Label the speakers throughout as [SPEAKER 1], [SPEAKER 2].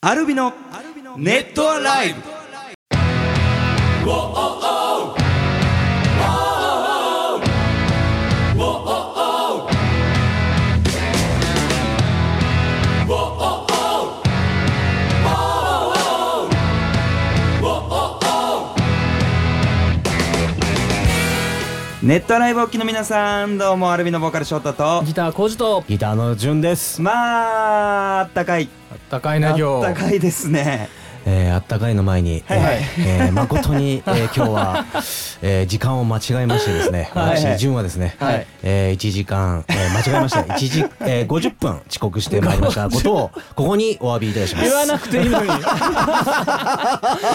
[SPEAKER 1] アルビのネットアライブネットアライブお聞きの皆さんどうもアルビのボーカルショートと
[SPEAKER 2] ギター工事と
[SPEAKER 3] ギターの順です。
[SPEAKER 1] まああったかい
[SPEAKER 2] あったかい
[SPEAKER 1] あ
[SPEAKER 2] な今
[SPEAKER 1] った
[SPEAKER 2] 日
[SPEAKER 1] かいですね
[SPEAKER 3] えー、あったかいの前に、
[SPEAKER 1] はいはい
[SPEAKER 3] えーえー誠に、えー、今日は、えー、時間を間違えましてですね、
[SPEAKER 1] はい
[SPEAKER 3] 私順はですね、
[SPEAKER 2] はい
[SPEAKER 3] えー、1時間、えー、間違えました。1時、えー、50分遅刻してまいりましたことをここにお詫びいたします。
[SPEAKER 2] 言わなくていいのに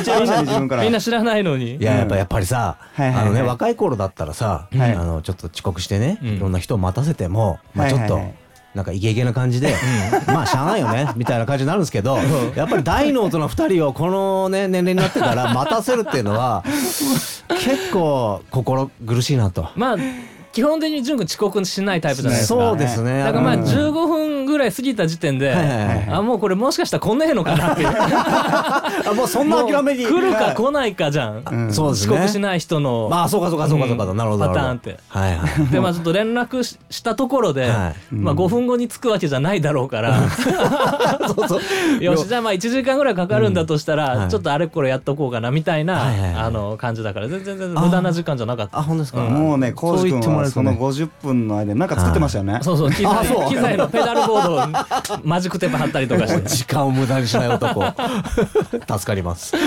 [SPEAKER 1] 一応いいのに自分から
[SPEAKER 2] みんな知らないのに
[SPEAKER 3] いややっ
[SPEAKER 1] う
[SPEAKER 3] ぱ
[SPEAKER 1] ん
[SPEAKER 3] やっぱりさ、
[SPEAKER 1] はいはいはい
[SPEAKER 3] あのね若い頃だったらさ、
[SPEAKER 1] はい
[SPEAKER 3] あのちょっと遅刻してね、
[SPEAKER 2] うん
[SPEAKER 3] いろんな人を待たせても、まあ
[SPEAKER 1] はい
[SPEAKER 3] ち
[SPEAKER 1] は
[SPEAKER 3] ょ
[SPEAKER 1] いは
[SPEAKER 3] っ
[SPEAKER 1] い
[SPEAKER 3] と。なんかイケイケな感じで、まあしゃあないよ ねみたいな感じになるんですけど、やっぱり大の大人2人をこのね年齢になってから待たせるっていうのは結構心苦しいなと。
[SPEAKER 2] まあ基本的に潤君遅刻しないタイプじゃないですか
[SPEAKER 3] そうですね。
[SPEAKER 2] だからまあ
[SPEAKER 3] うん
[SPEAKER 2] 15分ぐらい過ぎた時点で、
[SPEAKER 3] はいはいはい
[SPEAKER 2] あもうこれもしかしたらこんなへのかなっていう
[SPEAKER 3] あ もうそんな諦めに
[SPEAKER 2] もう来るか来ないかじゃん、
[SPEAKER 1] うん
[SPEAKER 3] そうです
[SPEAKER 2] 遅
[SPEAKER 3] ね。
[SPEAKER 2] 刻しない人の、
[SPEAKER 3] まあそうかそうかそうかそうか、
[SPEAKER 2] うん
[SPEAKER 3] なるほどなる
[SPEAKER 2] パ
[SPEAKER 3] ほど。
[SPEAKER 2] ターンって
[SPEAKER 3] はいはい。
[SPEAKER 2] でまあちょっと連絡ししたところで、
[SPEAKER 3] はい
[SPEAKER 2] まあ5分後に着くわけじゃないだろうから
[SPEAKER 3] そうそう。
[SPEAKER 2] よしじゃあまあ1時間ぐらいかかるんだとしたら、
[SPEAKER 3] うんはい
[SPEAKER 2] ちょっとあれこれやっとこうかなみたいな、
[SPEAKER 3] はいはいはい
[SPEAKER 2] あの感じだから全然全然無駄な時間じゃなかった
[SPEAKER 3] あ本当ですか。
[SPEAKER 1] もうね
[SPEAKER 3] そ
[SPEAKER 1] 浩
[SPEAKER 3] う
[SPEAKER 1] 司君
[SPEAKER 3] 言ってもら
[SPEAKER 1] は
[SPEAKER 3] えると
[SPEAKER 1] そ
[SPEAKER 3] ね
[SPEAKER 1] の50分の間になんか作ってましたよね
[SPEAKER 2] そうそう機
[SPEAKER 3] あ
[SPEAKER 2] 材
[SPEAKER 3] そう
[SPEAKER 2] 機材のペダルボードをマジックテープ貼ったりとか して
[SPEAKER 3] 時間を無駄にしない男助かります
[SPEAKER 1] で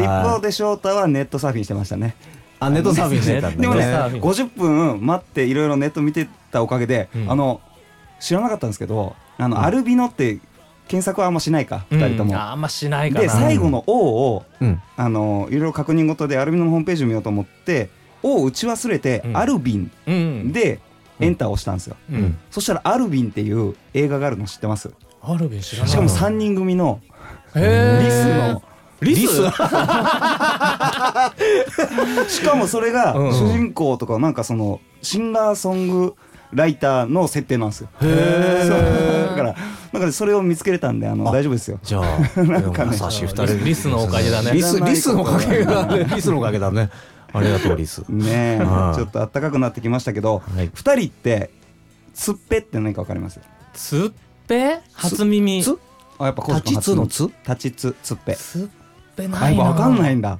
[SPEAKER 1] 一
[SPEAKER 3] はい
[SPEAKER 1] 方で翔太はネットサーフィンしてましたね
[SPEAKER 3] あネットサーフィンしてたん
[SPEAKER 1] で
[SPEAKER 3] だ
[SPEAKER 1] も
[SPEAKER 2] ネットサー
[SPEAKER 3] ね
[SPEAKER 2] フィ
[SPEAKER 1] ね
[SPEAKER 2] ン
[SPEAKER 1] 50分待っていろいろネット見てたおかげで
[SPEAKER 2] うん
[SPEAKER 1] あの知らなかったんですけどあのアルビノって検索はあんましないか2人と
[SPEAKER 2] うん
[SPEAKER 1] も
[SPEAKER 2] あんましないか
[SPEAKER 1] で
[SPEAKER 2] な
[SPEAKER 1] 最後の「O」を
[SPEAKER 3] うん
[SPEAKER 1] あのいろいろ確認事でアルビノのホームページを見ようと思って「O」を打ち忘れて
[SPEAKER 2] う
[SPEAKER 1] 「
[SPEAKER 2] ん
[SPEAKER 1] アルビン
[SPEAKER 2] うん」
[SPEAKER 1] でエンターを押したんですよ
[SPEAKER 2] う
[SPEAKER 3] うんん
[SPEAKER 1] そしたら「アルビン」っていう映画があるの知ってます
[SPEAKER 2] アルビン知らない
[SPEAKER 1] しかも3人組の
[SPEAKER 2] へー
[SPEAKER 1] リスの
[SPEAKER 2] リス
[SPEAKER 3] リス
[SPEAKER 1] しかもそれが
[SPEAKER 2] うん
[SPEAKER 1] 主人公とかなんかそのシンガーソングライターの設定なんですよ。
[SPEAKER 3] へー
[SPEAKER 1] そうだからだからそれを見つけれたんであの
[SPEAKER 3] あ
[SPEAKER 1] 大丈夫ですよ。
[SPEAKER 3] じゃあ、
[SPEAKER 1] かね
[SPEAKER 3] 優しい二人ですね
[SPEAKER 2] リスのおかげだね
[SPEAKER 3] リスリスのおかげだねリスのおかげだねありがとうリス
[SPEAKER 1] ねえ
[SPEAKER 3] うん
[SPEAKER 1] ちょっと暖かくなってきましたけど
[SPEAKER 3] はい
[SPEAKER 1] 二人ってつっぺって何かわかります
[SPEAKER 2] つっぺ初耳
[SPEAKER 3] つ
[SPEAKER 1] あやっぱ
[SPEAKER 3] 立ちつのつ
[SPEAKER 1] 立ちつつっぺ
[SPEAKER 2] つっぺ
[SPEAKER 1] あ
[SPEAKER 2] な
[SPEAKER 1] や
[SPEAKER 2] い
[SPEAKER 1] っ
[SPEAKER 2] な
[SPEAKER 1] ぱわかんないんだ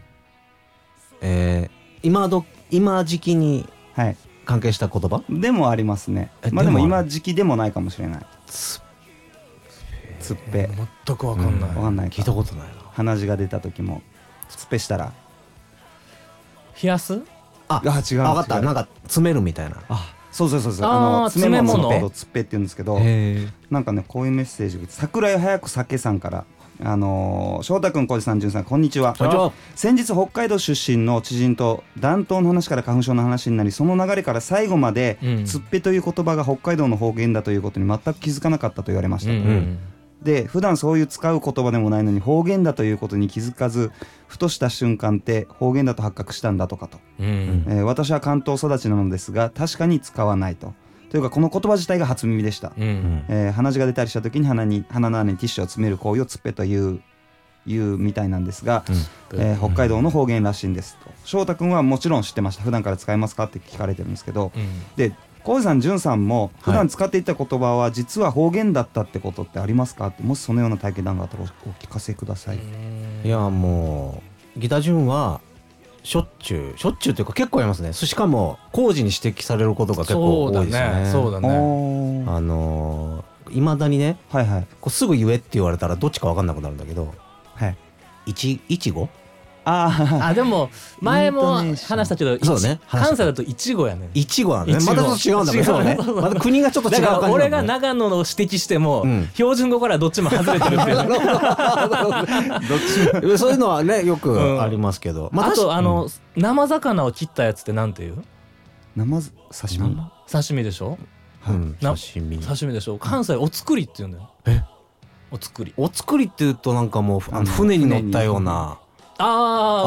[SPEAKER 3] えー今ど今時期に
[SPEAKER 1] はい
[SPEAKER 3] 関係した言葉
[SPEAKER 1] でもありますね
[SPEAKER 3] え
[SPEAKER 1] まあでも
[SPEAKER 3] でもあ
[SPEAKER 1] 今時期でもないかもしれないつっぺ
[SPEAKER 2] 全くわかんない
[SPEAKER 3] うん
[SPEAKER 1] わかんないか
[SPEAKER 3] 聞いたことないな
[SPEAKER 1] 鼻血が出た時もつっぺしたら
[SPEAKER 2] 冷やす
[SPEAKER 3] あ
[SPEAKER 1] あ違う
[SPEAKER 3] 分かっ
[SPEAKER 1] 違
[SPEAKER 3] た
[SPEAKER 1] う
[SPEAKER 3] なんか詰めるみたいな
[SPEAKER 1] あそうそうそうそう
[SPEAKER 2] あー
[SPEAKER 1] あの詰め物の
[SPEAKER 2] 詰め
[SPEAKER 1] こ
[SPEAKER 2] 物
[SPEAKER 1] とをつっぺって言うんですけど
[SPEAKER 3] へ
[SPEAKER 1] なんかねこういうメッセージが桜井早く酒さんからあのー翔太君浩司さん潤さんこんにちは
[SPEAKER 3] こんにちは
[SPEAKER 1] 先日北海道出身の知人と暖冬の話から花粉症の話になりその流れから最後まで、
[SPEAKER 2] うん
[SPEAKER 1] つっぺという言葉が北海道の方言だということに全く気づかなかったと言われました、
[SPEAKER 2] うんうん
[SPEAKER 1] で普段そういう使う言葉でもないのに方言だということに気づかずふとした瞬間って方言だと発覚したんだとかと
[SPEAKER 2] うん
[SPEAKER 3] ん
[SPEAKER 1] えー私は関東育ちなのですが確かに使わないとというかこの言葉自体が初耳でした、
[SPEAKER 2] うんうん
[SPEAKER 1] えー鼻血が出たりした時に鼻に鼻の穴にティッシュを詰める行為をつっぺといういうみたいなんですが、えー北海道の方言らしいんですと翔太君はもちろん知ってました普段から使いますかって聞かれてるんですけど
[SPEAKER 2] うん
[SPEAKER 1] で浩司さん潤さんも普段使っていた言葉は実は方言だったってことってありますかってもしそのような体験談があったらおお聞かせください、
[SPEAKER 3] いやもうギター順はしょっちゅうしょっちゅうというか結構やりますねしかも工事に指摘されることが結構多いですね
[SPEAKER 2] そうだね
[SPEAKER 1] おー
[SPEAKER 3] あのい、まだにね
[SPEAKER 1] はいはい
[SPEAKER 3] こうすぐ言えって言われたらどっちか分かんなくなるんだけど
[SPEAKER 1] はい
[SPEAKER 3] いちいちご
[SPEAKER 1] あ
[SPEAKER 2] あでも前も
[SPEAKER 1] イントネーシ
[SPEAKER 2] 話
[SPEAKER 1] ョン
[SPEAKER 2] したけどいち
[SPEAKER 3] そうね話した
[SPEAKER 2] 関西だといちごやね
[SPEAKER 3] いちごなんだ
[SPEAKER 2] い
[SPEAKER 3] ね
[SPEAKER 2] ちご
[SPEAKER 3] またちょっと違うんだけど
[SPEAKER 2] 違う
[SPEAKER 3] ね
[SPEAKER 2] そうそう
[SPEAKER 3] また国がちょっと違
[SPEAKER 2] だ
[SPEAKER 3] う
[SPEAKER 2] から
[SPEAKER 3] 感じ
[SPEAKER 2] 俺
[SPEAKER 3] な
[SPEAKER 2] が
[SPEAKER 3] んだね
[SPEAKER 2] 長野の指摘しても
[SPEAKER 3] うん
[SPEAKER 2] 標準語からどっちも外れてるっていうね
[SPEAKER 1] ーどっちも
[SPEAKER 3] そういうのはねよ
[SPEAKER 2] うん
[SPEAKER 3] くありますけど、ま
[SPEAKER 2] あ
[SPEAKER 3] 確
[SPEAKER 2] と
[SPEAKER 3] か
[SPEAKER 2] あの生魚を切ったやつってなんていう
[SPEAKER 1] 生ず刺身
[SPEAKER 2] 刺身でしょ
[SPEAKER 3] うんうん
[SPEAKER 2] な
[SPEAKER 3] 刺身
[SPEAKER 2] 刺身でしょ関西お作りって言うんだよ
[SPEAKER 3] え
[SPEAKER 2] お作り
[SPEAKER 3] お作りっていうとなんかもうあ
[SPEAKER 1] あの
[SPEAKER 3] の船に乗ったような
[SPEAKER 2] あ
[SPEAKER 3] あ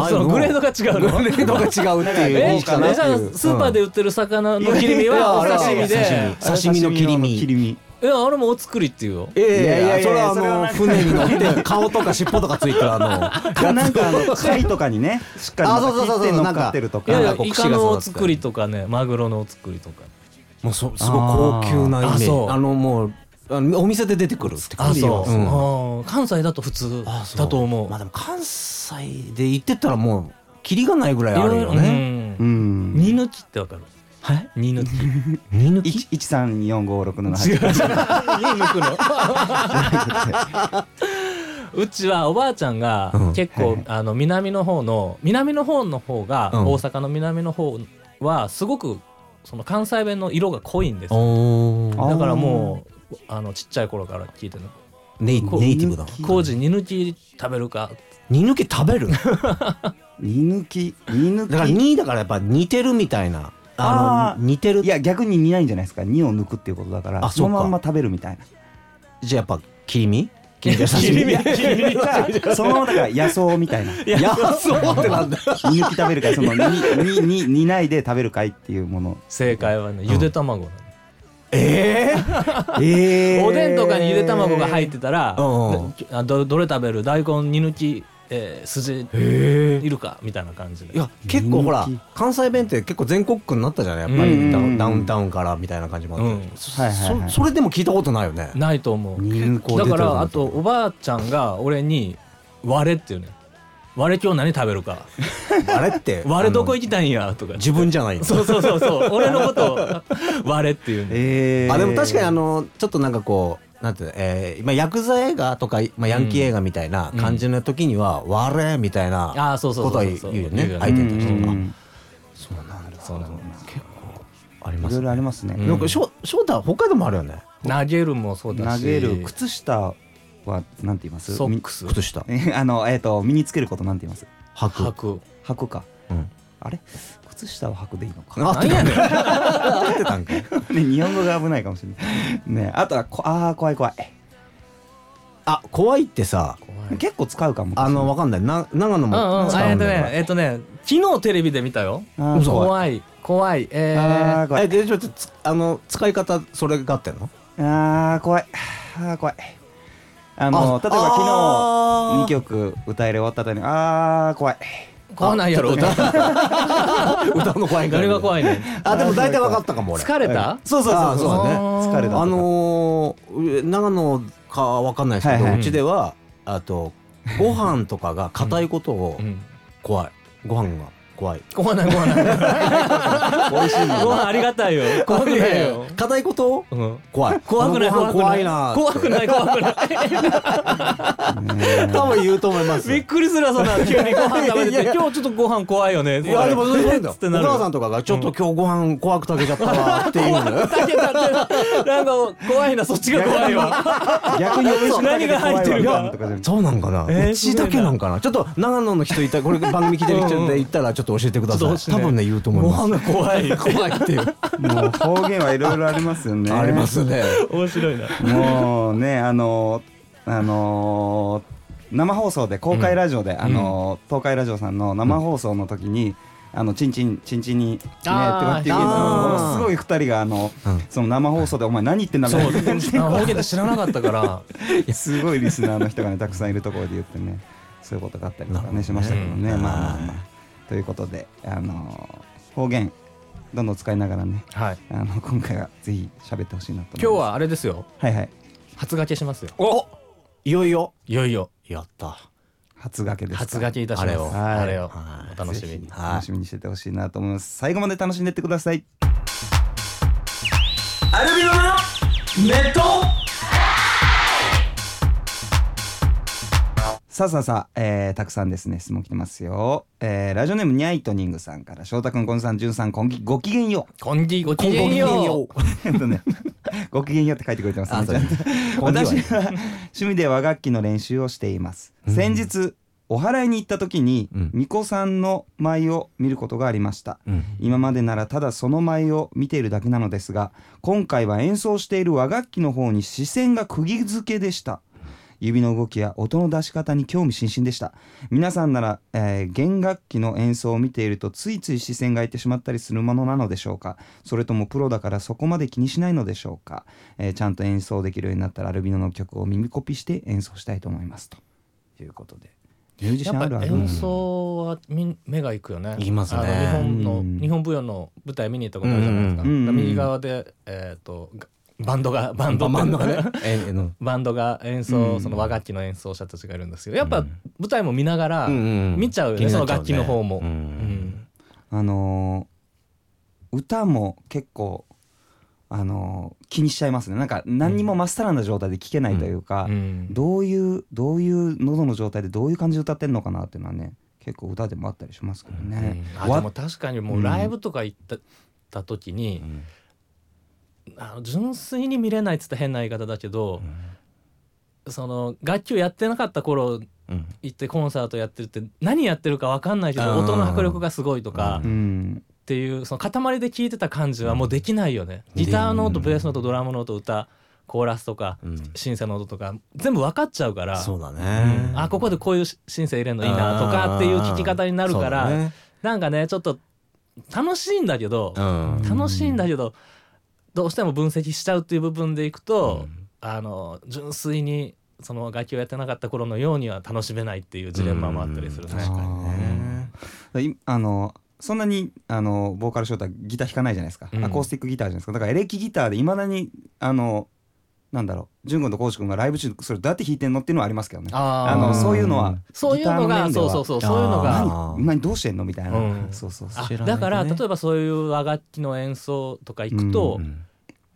[SPEAKER 2] あ
[SPEAKER 3] あ
[SPEAKER 2] その
[SPEAKER 3] いうの
[SPEAKER 2] グレードが違うの
[SPEAKER 3] グレードが違うって
[SPEAKER 1] え
[SPEAKER 3] いう
[SPEAKER 2] え
[SPEAKER 3] 認識かな
[SPEAKER 2] じゃあスーパーで売ってる魚の切り身はお
[SPEAKER 3] いやい
[SPEAKER 2] 刺身
[SPEAKER 3] やいやいや
[SPEAKER 2] で
[SPEAKER 3] 刺身の切り身
[SPEAKER 1] 切り身
[SPEAKER 2] えあれもお作りっていうよ
[SPEAKER 3] いやいやいや
[SPEAKER 1] いやいや
[SPEAKER 3] それはあ
[SPEAKER 1] それは
[SPEAKER 3] の
[SPEAKER 1] なんか
[SPEAKER 3] 船に乗って顔とか尻尾とかついてるあの
[SPEAKER 1] かなんかあの貝とかにねしっかり
[SPEAKER 3] あそうそうそうそう
[SPEAKER 1] 切って乗っかってると
[SPEAKER 2] い
[SPEAKER 1] か
[SPEAKER 2] やい
[SPEAKER 3] な
[SPEAKER 2] や
[SPEAKER 3] んかこう
[SPEAKER 2] イ
[SPEAKER 3] 串
[SPEAKER 2] カ
[SPEAKER 3] が
[SPEAKER 2] のお
[SPEAKER 3] 刺さって
[SPEAKER 2] 作りとかねマグロのお作りとか
[SPEAKER 3] もうそすごい高級なイメージ
[SPEAKER 2] あーあそう
[SPEAKER 3] あのもうあのお店で出てくるって感
[SPEAKER 2] あ
[SPEAKER 3] じ
[SPEAKER 2] そう、
[SPEAKER 3] ん
[SPEAKER 2] あー関西だと普通
[SPEAKER 3] あそう
[SPEAKER 2] だと思う
[SPEAKER 3] まあでも関西で行ってったらもうキリがないぐらいあるよ
[SPEAKER 2] いろいろ
[SPEAKER 3] ね
[SPEAKER 1] う
[SPEAKER 2] うん
[SPEAKER 1] ん
[SPEAKER 2] 二抜きってわかる
[SPEAKER 3] はい
[SPEAKER 2] 二 抜き
[SPEAKER 3] 見抜き
[SPEAKER 1] 一一三四五六七八
[SPEAKER 2] 違う二抜くの うちはおばあちゃんが
[SPEAKER 3] うん
[SPEAKER 2] 結
[SPEAKER 1] はい
[SPEAKER 2] 構
[SPEAKER 1] はい
[SPEAKER 2] あの南の方の南の方の方が
[SPEAKER 3] うん
[SPEAKER 2] 大阪の南の方はすごくその関西弁の色が濃いんですよ
[SPEAKER 3] おー
[SPEAKER 1] あ
[SPEAKER 2] だからもうあのちっちゃい頃から聞いてる
[SPEAKER 3] ネイ
[SPEAKER 2] こう
[SPEAKER 3] ネイティブだ
[SPEAKER 2] 「工事二抜き食べるか
[SPEAKER 3] 煮抜き食べるだか
[SPEAKER 1] 二抜き二抜き
[SPEAKER 3] ら2だからやっぱ似てるみたいなあ
[SPEAKER 1] あー
[SPEAKER 3] の似てる
[SPEAKER 1] いや逆に似ないんじゃないですか2を抜くっていうことだから
[SPEAKER 3] あ
[SPEAKER 1] その
[SPEAKER 3] そうか
[SPEAKER 1] まんま食べるみたいな
[SPEAKER 3] じゃあやっぱ切り身切り身
[SPEAKER 2] 切り身
[SPEAKER 3] い や
[SPEAKER 1] そのままだから野草みたいな
[SPEAKER 3] いやそうってな んだ
[SPEAKER 1] 煮抜き食べるかいそのににに煮ないで食べるかいっていうもの」
[SPEAKER 2] 正解はねゆで卵なの
[SPEAKER 3] ええ
[SPEAKER 1] え
[SPEAKER 2] おでんとかにゆで卵が入ってたら、
[SPEAKER 3] うん
[SPEAKER 2] であどどれ食べる大根煮抜き、えー、筋
[SPEAKER 3] え
[SPEAKER 2] いるかみたいな感じで
[SPEAKER 3] いや結構ほら
[SPEAKER 1] 人気
[SPEAKER 3] 関西弁って結構全国区になったじゃないやっぱり、
[SPEAKER 2] うん
[SPEAKER 3] ダウンダウンタウンからみたいな感じもあって、
[SPEAKER 2] うん
[SPEAKER 3] そ
[SPEAKER 1] はいはいはい
[SPEAKER 3] そそれでも聞いたことないよね
[SPEAKER 2] ないと思う
[SPEAKER 1] 煮抜
[SPEAKER 3] こう
[SPEAKER 1] き
[SPEAKER 2] だ
[SPEAKER 3] 出てる
[SPEAKER 2] からあとおばあちゃんが俺に「割れ」って言うね「割れ今日何食べる か」
[SPEAKER 3] あれっ て
[SPEAKER 2] 「割れどこ
[SPEAKER 3] あの
[SPEAKER 2] 行きたいんや」とか
[SPEAKER 3] 自分じゃない
[SPEAKER 2] そうそうそうそう俺のことを「割れ」って言うね
[SPEAKER 1] えー
[SPEAKER 3] あでも確かにあのちょっとなんかこうなんていうの、えーまあ、ヤクザ映画とか、まあ、ヤンキー映画みたいな感じの時には「割れ」みたいな
[SPEAKER 2] ああそうそう
[SPEAKER 3] こ
[SPEAKER 2] そ
[SPEAKER 3] とは
[SPEAKER 2] う
[SPEAKER 3] 言
[SPEAKER 2] そう
[SPEAKER 3] うよね
[SPEAKER 1] う
[SPEAKER 3] 相
[SPEAKER 1] ん
[SPEAKER 3] 手
[SPEAKER 1] う
[SPEAKER 3] に対しては
[SPEAKER 1] ん
[SPEAKER 3] そうなんだ
[SPEAKER 2] そうなの
[SPEAKER 3] あり
[SPEAKER 1] うん
[SPEAKER 3] ま
[SPEAKER 1] いろ
[SPEAKER 3] す
[SPEAKER 1] いろありますね
[SPEAKER 2] うん
[SPEAKER 3] なんか翔翔太北海道もあるよね
[SPEAKER 2] 投げるもそうだ
[SPEAKER 1] 投
[SPEAKER 2] し
[SPEAKER 1] げる靴下はなんて言います
[SPEAKER 2] ソックス
[SPEAKER 3] 靴下
[SPEAKER 1] み あのえっと身につけることなんて言います
[SPEAKER 3] 履
[SPEAKER 2] 履
[SPEAKER 3] く
[SPEAKER 2] く
[SPEAKER 1] 履くか
[SPEAKER 3] うん
[SPEAKER 1] あれ靴下は履くでいいのか
[SPEAKER 3] 合ってたん かい合ってたんかい
[SPEAKER 1] ね日本語が危ないかもしれないねあとはこあー怖い怖い
[SPEAKER 3] あ怖いってさ
[SPEAKER 2] 怖い
[SPEAKER 1] 結構使うかも
[SPEAKER 3] あのわかんないな長野
[SPEAKER 2] うんう
[SPEAKER 3] も
[SPEAKER 2] ん、
[SPEAKER 3] 使
[SPEAKER 2] え
[SPEAKER 3] う
[SPEAKER 2] っ
[SPEAKER 3] ん
[SPEAKER 2] と
[SPEAKER 3] だよ
[SPEAKER 2] ね
[SPEAKER 3] ね
[SPEAKER 2] えっ、とね昨日テレビで見たよ
[SPEAKER 1] あー
[SPEAKER 3] 嘘
[SPEAKER 1] 怖い
[SPEAKER 2] 怖い怖いえ
[SPEAKER 1] あ
[SPEAKER 2] ー
[SPEAKER 1] ー怖
[SPEAKER 3] え
[SPEAKER 1] い
[SPEAKER 3] でちょっとつあの使い方それがあってんの
[SPEAKER 1] あー怖いあー怖いあの例えば昨日2
[SPEAKER 3] 日
[SPEAKER 1] 曲歌いで終わった後にあー怖い
[SPEAKER 2] 怖ないやろ歌
[SPEAKER 3] 歌の 怖いから
[SPEAKER 2] 誰が怖いねん
[SPEAKER 3] あでも大体分かったかも俺
[SPEAKER 2] 疲れた
[SPEAKER 3] そうそうそうそうだね
[SPEAKER 2] あー
[SPEAKER 1] 疲れた
[SPEAKER 3] あのー、長野かわかんないですけど、
[SPEAKER 1] はいはいう
[SPEAKER 3] ちではあとご飯とかが硬いことを
[SPEAKER 2] うん
[SPEAKER 3] 怖いご飯が怖い
[SPEAKER 2] 怖ない怖ない
[SPEAKER 1] 美味しい
[SPEAKER 2] ご飯ありがたいよ怖くないよ
[SPEAKER 3] 硬いことを
[SPEAKER 2] うん
[SPEAKER 3] 怖い
[SPEAKER 2] 怖くない
[SPEAKER 3] この
[SPEAKER 2] 怖
[SPEAKER 3] ご
[SPEAKER 2] くな
[SPEAKER 3] 飯怖
[SPEAKER 2] い
[SPEAKER 3] いな
[SPEAKER 2] 怖くない怖くない
[SPEAKER 1] ね
[SPEAKER 3] 多分言うと思い ます
[SPEAKER 2] びっくりするわそんな急にご飯食べて
[SPEAKER 3] いやい
[SPEAKER 2] て
[SPEAKER 3] や
[SPEAKER 2] 今日ちょっとご飯怖いよね
[SPEAKER 3] いやでもそういう
[SPEAKER 2] つ
[SPEAKER 3] の
[SPEAKER 2] ってな
[SPEAKER 3] お
[SPEAKER 2] る
[SPEAKER 3] 母さんとかがちょっと今日ご飯怖く炊けちゃったわっていう
[SPEAKER 2] だ
[SPEAKER 3] の
[SPEAKER 2] けだってなんか怖いなそっちが怖い わ
[SPEAKER 1] 逆に美味しくなけ
[SPEAKER 2] 何が入ってるか
[SPEAKER 1] とかじゃなくて
[SPEAKER 3] そうなんかな、
[SPEAKER 2] えー
[SPEAKER 3] うちだけなんかなちょっと長野の人いたこれ番組聞いてる人でいたらちょっと教えてくだ
[SPEAKER 2] ちょっ
[SPEAKER 3] さ
[SPEAKER 2] と教えて
[SPEAKER 3] い多分ね言うと思い
[SPEAKER 2] ご
[SPEAKER 3] ます
[SPEAKER 2] 飯が怖い
[SPEAKER 3] 怖いっていう
[SPEAKER 1] もう方言はいろいろありますよね
[SPEAKER 3] ありますね
[SPEAKER 2] 面白いな
[SPEAKER 1] もうねあのあの生放送で公開ラジオで、あの東海ラジオさんの生放送の時に、あのチンチンチンチンにねとか
[SPEAKER 2] あー
[SPEAKER 1] っていうのを
[SPEAKER 3] あー
[SPEAKER 1] ものすごい二人があの、
[SPEAKER 3] うん
[SPEAKER 1] その生放送でお前何言ってんだみ
[SPEAKER 2] そう
[SPEAKER 1] たい
[SPEAKER 2] あ
[SPEAKER 1] な感 じで
[SPEAKER 2] 方言って知らなかったから
[SPEAKER 1] すごいリスナーの人がねたくさんいるところで言ってねそういうことがあったりとかねしましたけどね、
[SPEAKER 3] うん
[SPEAKER 1] まあまあまあということであの方言どんどん使いながらね
[SPEAKER 2] はい
[SPEAKER 1] あの今回はぜひ喋ってほしいなと思います
[SPEAKER 2] 今日はあれですよ
[SPEAKER 1] はいはい
[SPEAKER 2] 初掛けしますよ
[SPEAKER 3] おいよいよ
[SPEAKER 2] いよいよ
[SPEAKER 3] やった
[SPEAKER 1] 初掛けですか
[SPEAKER 2] 初掛けいたし
[SPEAKER 3] あ
[SPEAKER 2] ま
[SPEAKER 3] れ
[SPEAKER 2] す
[SPEAKER 3] を
[SPEAKER 1] はい
[SPEAKER 2] あれを
[SPEAKER 3] はい
[SPEAKER 2] お楽しみ
[SPEAKER 1] ぜ
[SPEAKER 2] に
[SPEAKER 1] ひ楽しみにしててほしいなと思います最後まで楽しんでってください
[SPEAKER 3] アルビノのネット
[SPEAKER 1] さあさあさあ、えーたくさんですね質問来てますよ、えーラジオネームニャイトニングさんから翔太くんこんさんじゅんさんこんぎごきげんよ
[SPEAKER 2] こんぎごきげんよ
[SPEAKER 1] う えっとねごきげんようって書いてくれてますね
[SPEAKER 3] あ
[SPEAKER 1] ち
[SPEAKER 3] そ
[SPEAKER 1] ゃ
[SPEAKER 3] うん
[SPEAKER 1] と
[SPEAKER 3] こんぎは
[SPEAKER 1] 私は趣味で和楽器の練習をしています、
[SPEAKER 3] うん
[SPEAKER 1] 先日お祓いに行った時に、
[SPEAKER 3] うん
[SPEAKER 1] 巫女さんの舞を見ることがありました
[SPEAKER 3] うん
[SPEAKER 1] 今までならただその舞を見ているだけなのですが今回は演奏している和楽器の方に視線が釘付けでした指の動きや音の出し方に興味津々でした皆さんなら、えー弦楽器の演奏を見ているとついつい視線がいってしまったりするものなのでしょうかそれともプロだからそこまで気にしないのでしょうか、えーちゃんと演奏できるようになったらアルビノの曲を耳コピして演奏したいと思いますということでミュージシ
[SPEAKER 2] や
[SPEAKER 1] ャンあ
[SPEAKER 2] っ
[SPEAKER 1] るあ
[SPEAKER 2] ぱ
[SPEAKER 1] る
[SPEAKER 2] 演奏はみ目が行くよね。
[SPEAKER 3] 行きますね
[SPEAKER 2] あの日本
[SPEAKER 1] う
[SPEAKER 2] の
[SPEAKER 1] ん
[SPEAKER 2] 日本舞踊の舞台見に行ったことあるじゃないですか。
[SPEAKER 3] うん
[SPEAKER 1] うんうん
[SPEAKER 2] だから右側でえっ、とがバンドがバンド
[SPEAKER 3] 真ん中
[SPEAKER 2] ね。
[SPEAKER 3] ね。ええうん
[SPEAKER 2] バンドが演奏、
[SPEAKER 1] うん
[SPEAKER 2] その和楽器の演奏者たちがいるんですけどやっ
[SPEAKER 3] う
[SPEAKER 2] ぱ
[SPEAKER 3] ん
[SPEAKER 2] 舞台も見ながら
[SPEAKER 3] うんうん
[SPEAKER 2] 見ちゃうよね、
[SPEAKER 3] 気に
[SPEAKER 2] その
[SPEAKER 3] なっちゃうね
[SPEAKER 2] 楽器の方も、
[SPEAKER 3] うん
[SPEAKER 2] うん
[SPEAKER 1] あのー歌も結構あのー気にしちゃいますねなんか何にもまっさらな状態で聴けないというか、
[SPEAKER 2] うん
[SPEAKER 1] どういうどういう喉の状態でどういう感じで歌ってんのかなっていうのはね結構歌でもあったりしますけどね。
[SPEAKER 2] あ
[SPEAKER 1] わ
[SPEAKER 2] でも確かにもうライブとか行った,、た時にあの純粋に見れないっつったら変な言い方だけど、その楽器をやってなかった頃
[SPEAKER 3] うん
[SPEAKER 2] 行ってコンサートやってるって何やってるか分かんないけ
[SPEAKER 3] あー
[SPEAKER 2] ど音の迫力がすごいとか
[SPEAKER 1] う
[SPEAKER 2] っ
[SPEAKER 1] ん
[SPEAKER 2] ていうその塊で聴いてた感じはもうできないよね。ギターの音ベースの音ドラムの音歌コーラスとか
[SPEAKER 3] うん
[SPEAKER 2] シンセの音とか全部分かっちゃうから。
[SPEAKER 3] そうだ
[SPEAKER 2] う
[SPEAKER 3] ね
[SPEAKER 2] ん。あここでこういうシンセ入れるのいいなとかっていう聞き方になるか
[SPEAKER 3] そうだ
[SPEAKER 2] ら
[SPEAKER 3] ね
[SPEAKER 2] なんかねちょっと楽しいんだけど
[SPEAKER 3] うん
[SPEAKER 2] 楽しいんだけどどうしても分析しちゃうっていう部分でいくと
[SPEAKER 3] うん
[SPEAKER 2] あの純粋にその楽器をやってなかった頃のようには楽しめないっていうジレンマもあったりするね。
[SPEAKER 3] うん確かにね
[SPEAKER 1] いあのそんなにあのボーカル翔太ギター弾かないじゃないですか、
[SPEAKER 2] うん
[SPEAKER 1] アコースティックギターじゃないですかだからエレキギターでいまだにあのなんだろう淳君と浩司君がライブ中それどうやって弾いてんのっていうのはありますけどね
[SPEAKER 2] あー
[SPEAKER 1] あのそういうのは
[SPEAKER 2] そういう
[SPEAKER 1] ギ
[SPEAKER 2] のが
[SPEAKER 1] ター面で
[SPEAKER 2] そ
[SPEAKER 1] は
[SPEAKER 2] うそうそうそういうの
[SPEAKER 3] あ
[SPEAKER 2] が
[SPEAKER 3] ー
[SPEAKER 1] 何何どうしてんのみたいな、
[SPEAKER 2] うん
[SPEAKER 1] そうそうそう
[SPEAKER 2] あ
[SPEAKER 3] 知らない
[SPEAKER 2] だから
[SPEAKER 3] ね
[SPEAKER 2] 例えばそういう和楽器の演奏とか行くと
[SPEAKER 3] うん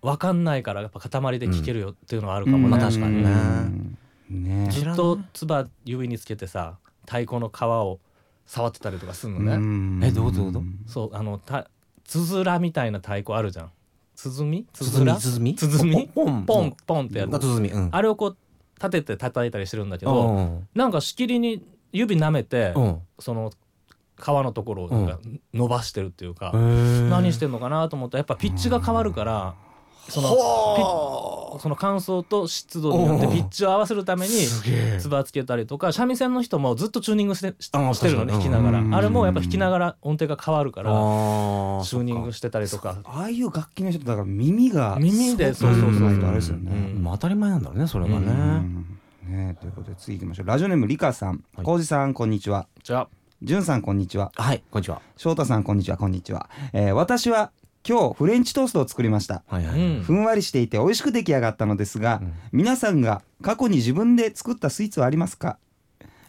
[SPEAKER 2] 分かんないからやっぱ塊で聴けるよっていうのはあるかも
[SPEAKER 1] うん
[SPEAKER 2] ね
[SPEAKER 3] まあ確かにね
[SPEAKER 1] うんね
[SPEAKER 2] ずっと唾指につけてさ太鼓の皮を触ってたりとかするのね、
[SPEAKER 1] うん
[SPEAKER 3] えどういうことどういうこ
[SPEAKER 2] そうあのたつづらみたいな太鼓あるじゃんつづみつづ
[SPEAKER 3] 鼓
[SPEAKER 2] ら
[SPEAKER 3] 鼓
[SPEAKER 2] つづみ
[SPEAKER 3] ポン
[SPEAKER 2] ポンポンってやる
[SPEAKER 3] あ鼓うん
[SPEAKER 2] あれをこう立てて叩いたりしてるんだけ
[SPEAKER 3] う
[SPEAKER 2] ど
[SPEAKER 3] ん
[SPEAKER 2] なんかしきりに指舐めて
[SPEAKER 3] うん
[SPEAKER 2] その皮のところをなんか伸ばしてるっていうか、何
[SPEAKER 3] 何
[SPEAKER 2] してんのかなと思ったらやっぱピッチが変わるからそのピッその乾燥と湿度によってピッチを合わせるために
[SPEAKER 3] すげえ
[SPEAKER 2] つばつけたりとか三味線の人もずっとチューニングしてし
[SPEAKER 3] あー
[SPEAKER 2] してるのね弾
[SPEAKER 3] 確か
[SPEAKER 2] きな
[SPEAKER 3] に
[SPEAKER 2] が
[SPEAKER 1] うんうん
[SPEAKER 2] らあれもやっぱ弾きながら音程が変わるから
[SPEAKER 3] あー
[SPEAKER 2] チューニングしてたりとか
[SPEAKER 1] ああいう楽器の人ってだから耳が
[SPEAKER 2] 耳でそう
[SPEAKER 3] そうそう
[SPEAKER 1] ないとあれですよね、
[SPEAKER 2] うん
[SPEAKER 3] まあ当たり前なんだろうねそれが
[SPEAKER 2] う
[SPEAKER 3] ね
[SPEAKER 1] うんねということで次行きましょうラジオネームリカさん
[SPEAKER 3] はい
[SPEAKER 1] 浩司さんこんにちは
[SPEAKER 2] じゃあ
[SPEAKER 1] 淳さんこんにちは
[SPEAKER 3] はいこんにちは
[SPEAKER 1] 翔太さんこんにちはこんにちは、えー私は今日フレンチトーストを作りました
[SPEAKER 3] はいは
[SPEAKER 2] う
[SPEAKER 3] い
[SPEAKER 2] ん
[SPEAKER 1] ふんわりしていて美味しく出来上がったのですが、
[SPEAKER 3] うん
[SPEAKER 1] 皆さんが過去に自分で作ったスイーツはありますか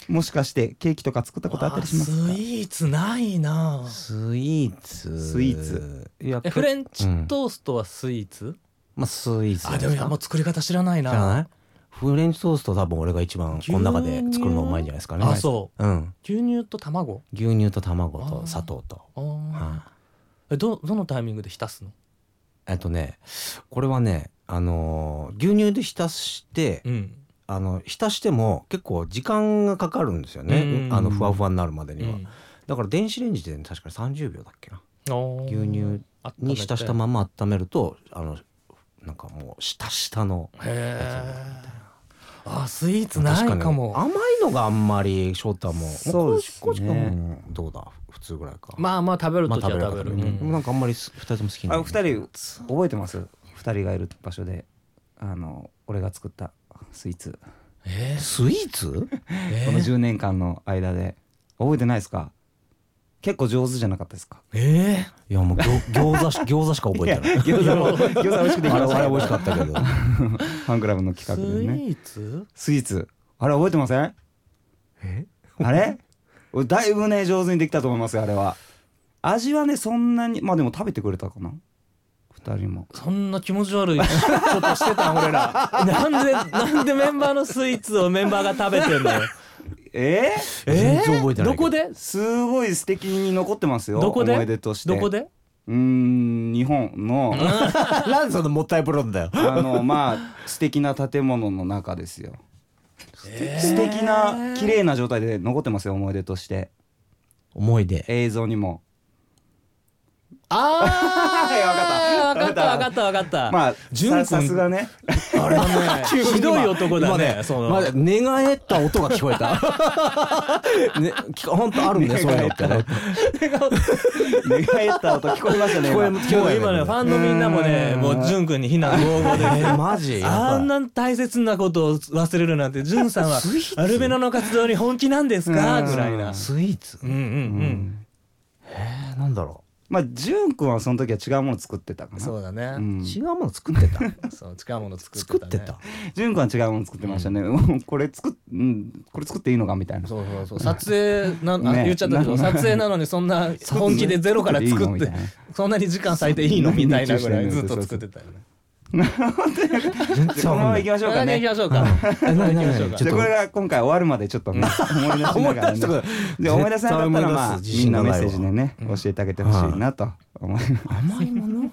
[SPEAKER 1] もしかしてケーキとか作ったことあったりします
[SPEAKER 2] わあ
[SPEAKER 1] か
[SPEAKER 2] スイーツないなあ
[SPEAKER 3] スイーツ
[SPEAKER 1] スイーツ
[SPEAKER 3] いや
[SPEAKER 2] えフレンチトーストはスイーツ
[SPEAKER 3] まあスイーツ
[SPEAKER 2] あでもいやもう作り方知らない
[SPEAKER 3] じゃ
[SPEAKER 2] な
[SPEAKER 3] ないフレンチトースト多分俺が一番この中で作るのうまいんじゃないですかね
[SPEAKER 2] あそう
[SPEAKER 3] うん
[SPEAKER 2] 牛乳と卵
[SPEAKER 3] 牛乳と卵
[SPEAKER 2] あ
[SPEAKER 3] と
[SPEAKER 2] ー
[SPEAKER 3] 砂糖と
[SPEAKER 2] あー
[SPEAKER 3] はい
[SPEAKER 2] えどどのタイミングで浸すの
[SPEAKER 3] えっとねこれはねあのー牛乳で浸して
[SPEAKER 2] うん
[SPEAKER 3] あの浸しても結構時間がかかるんですよ
[SPEAKER 2] う
[SPEAKER 3] ね
[SPEAKER 2] ん
[SPEAKER 3] あのふわふわになるまでには
[SPEAKER 2] うん
[SPEAKER 3] だから電子レンジでね確かに30秒だっけな
[SPEAKER 2] あー
[SPEAKER 3] 牛乳
[SPEAKER 2] 温め
[SPEAKER 3] に
[SPEAKER 2] て
[SPEAKER 3] 浸したまま温めるとあのなんかもうしたしたの
[SPEAKER 2] へえあスイーツないかも
[SPEAKER 3] 確に甘いのがあんまり翔太も
[SPEAKER 1] そうですね
[SPEAKER 3] もうこうしかもどうだ普通ぐらいか
[SPEAKER 2] まあまあ食べる
[SPEAKER 3] まあ
[SPEAKER 2] ときは食べる。
[SPEAKER 3] 食べるか
[SPEAKER 2] う
[SPEAKER 3] ら
[SPEAKER 2] ん
[SPEAKER 3] なんかあんまりす二人とも好きな
[SPEAKER 1] あ
[SPEAKER 3] い
[SPEAKER 1] 二人覚えてます二人がいる場所であの俺が作ったスイーツ
[SPEAKER 2] えー
[SPEAKER 3] スイーツ
[SPEAKER 2] え
[SPEAKER 1] この
[SPEAKER 2] ー
[SPEAKER 1] 10年間の間で覚えてないですか結構上手じゃなかったですか
[SPEAKER 2] え
[SPEAKER 3] いやもうぎょ餃 子し餃子しか覚えてない
[SPEAKER 1] 餃子も餃子美味しくでき
[SPEAKER 3] あれ
[SPEAKER 1] まし
[SPEAKER 3] あ
[SPEAKER 1] た
[SPEAKER 3] れ
[SPEAKER 1] よ
[SPEAKER 3] 美味しかったけど
[SPEAKER 1] ファンクラブの
[SPEAKER 2] ースイ
[SPEAKER 1] 企画でね
[SPEAKER 2] ーツ
[SPEAKER 1] スイーツあれ覚えてません
[SPEAKER 3] え
[SPEAKER 1] あれ俺だいぶね上手にできたと思いますよあれは味はねそんなにまあでも食べてくれたかな二人も
[SPEAKER 2] そんな気持ち悪いことしてたん俺ら。なんで、なんでメンバーのスイーツをメンバーが食べてんのよ。
[SPEAKER 1] えー
[SPEAKER 3] 全然覚えてないけど
[SPEAKER 2] どこです
[SPEAKER 1] ごい素敵に残ってますよ
[SPEAKER 2] どこで
[SPEAKER 1] 思い出として
[SPEAKER 2] どこで
[SPEAKER 1] うーん日本の
[SPEAKER 3] なんでそのもったいぶるんだ よ
[SPEAKER 1] あのまあ素敵な建物の中ですよ素敵な綺麗な状態で残ってますよ思い出として
[SPEAKER 3] 思い出
[SPEAKER 1] 映像にも
[SPEAKER 2] あ
[SPEAKER 1] いやわかった
[SPEAKER 2] あかったわかったわかった。
[SPEAKER 1] まあ
[SPEAKER 2] 淳君
[SPEAKER 1] ささすがね
[SPEAKER 3] あれはね
[SPEAKER 2] 急にひどい男だね
[SPEAKER 3] 今
[SPEAKER 2] その
[SPEAKER 3] まだ寝返った音が聞こ えた。ね、き本当あるね、そういうのってね。
[SPEAKER 1] 寝返った音聞こえましたね
[SPEAKER 3] 聞こえ
[SPEAKER 1] 今
[SPEAKER 3] 聞こ
[SPEAKER 2] もう
[SPEAKER 3] え
[SPEAKER 2] 今ねフ
[SPEAKER 3] ね。
[SPEAKER 2] ァンのみんなもね
[SPEAKER 1] うん
[SPEAKER 2] もう淳君に非難合 々で
[SPEAKER 3] えーマジ。
[SPEAKER 2] あん
[SPEAKER 3] な。
[SPEAKER 2] な大切なことを忘れるなんて淳さんはアルベノの活動に本気なんですか
[SPEAKER 1] うん
[SPEAKER 2] ぐらいな。
[SPEAKER 3] スイーツ
[SPEAKER 2] う。んうんうん。
[SPEAKER 3] えーなんだろ
[SPEAKER 1] まあ潤君はその時は違うもの作ってたかな
[SPEAKER 2] そうだね。
[SPEAKER 1] うん
[SPEAKER 3] う。違うもの作ってた。
[SPEAKER 2] そう近いもの 作
[SPEAKER 3] 作
[SPEAKER 2] っ
[SPEAKER 3] ってて
[SPEAKER 2] た、ね。
[SPEAKER 3] た。
[SPEAKER 1] 潤君は違うもの作ってましたね、 これ作っ、うん、これ作っていいのかみたいな
[SPEAKER 2] そうそうそう撮影な、あ
[SPEAKER 1] ね
[SPEAKER 2] 言っちゃったけ
[SPEAKER 1] な
[SPEAKER 2] ど
[SPEAKER 1] ん
[SPEAKER 2] 撮
[SPEAKER 1] か
[SPEAKER 2] 影なのにそんな本気でゼロから作
[SPEAKER 1] 作っ
[SPEAKER 2] って
[SPEAKER 1] いいのみ
[SPEAKER 2] て
[SPEAKER 1] たいな
[SPEAKER 2] そんなに時間割いていいのみたいなぐらいずっと作ってたよね。
[SPEAKER 1] じゃあこのまま
[SPEAKER 3] 全
[SPEAKER 1] 行きましょうか
[SPEAKER 2] 行き
[SPEAKER 1] ね
[SPEAKER 2] ましょうか。
[SPEAKER 3] えなになになに
[SPEAKER 2] 行きまし
[SPEAKER 1] じ
[SPEAKER 2] ょ
[SPEAKER 1] ゃあこれが今回終わるまでちょっとね思い出しながら、ね、 で思い出せなかったらまあみんなメッセージでね教えてあげてほしいなと思い ます
[SPEAKER 3] 甘いもの。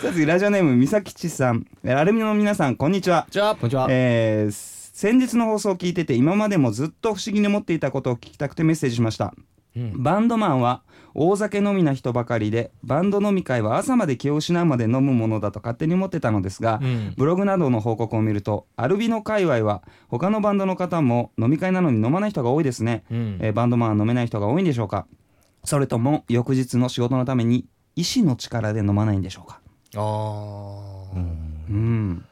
[SPEAKER 1] さあ次ラジオネームみさきちさんえーアルミの皆さんこんにちは
[SPEAKER 2] じゃあ
[SPEAKER 3] こんにちは。
[SPEAKER 1] えー先日の放送を聞いてて今までもずっと不思議に思っていたことを聞きたくてメッセージしました
[SPEAKER 2] うん
[SPEAKER 1] バンドマンは大酒飲みな人ばかりでバンド飲み会は朝まで気を失うまで飲むものだと勝手に思ってたのですが、
[SPEAKER 2] うん
[SPEAKER 1] ブログなどの報告を見るとアルビの界隈は他のバンドの方も飲み会なのに飲まない人が多いですね、
[SPEAKER 2] うん
[SPEAKER 1] えーバンドマンは飲めない人が多いんでしょうかそれとも翌日の仕事のために意志の力で飲まないんでしょうか
[SPEAKER 2] あー
[SPEAKER 1] うん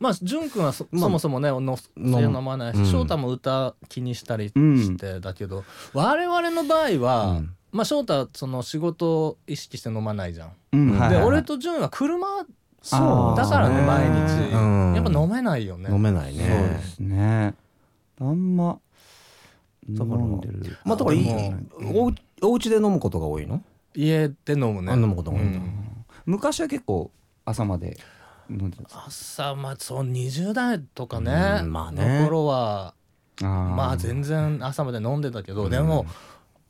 [SPEAKER 2] まあ潤君はそ,、
[SPEAKER 3] まあ
[SPEAKER 2] そもそもねの
[SPEAKER 3] 飲む
[SPEAKER 2] 飲まないし、
[SPEAKER 3] うん
[SPEAKER 2] 翔太も歌気にしたりしてだけど、我々の場合は、
[SPEAKER 3] うん
[SPEAKER 2] まあ翔太その仕事を意識して飲まないじゃん。
[SPEAKER 1] うん
[SPEAKER 3] うん
[SPEAKER 1] はいはい
[SPEAKER 2] で
[SPEAKER 1] はい
[SPEAKER 2] 俺と潤は車
[SPEAKER 1] そう
[SPEAKER 2] だからね
[SPEAKER 1] あ
[SPEAKER 2] 毎
[SPEAKER 1] ー
[SPEAKER 2] 日、
[SPEAKER 3] うん
[SPEAKER 2] やっぱ飲めないよね。
[SPEAKER 3] 飲めない
[SPEAKER 1] そうで
[SPEAKER 3] ね。
[SPEAKER 1] すねあんま飲んでる
[SPEAKER 3] まあ、だからいい
[SPEAKER 2] でも
[SPEAKER 3] おうお家で飲むことが多いの。
[SPEAKER 2] 家で飲むね。
[SPEAKER 3] あ飲むことが多いんだ
[SPEAKER 2] うん
[SPEAKER 1] 昔は結構朝まで飲んでたんです
[SPEAKER 2] 朝まあそう20代とかね,、
[SPEAKER 3] うんまあね
[SPEAKER 2] の頃は
[SPEAKER 1] あー
[SPEAKER 2] まあ全然朝まで飲んでたけど、でも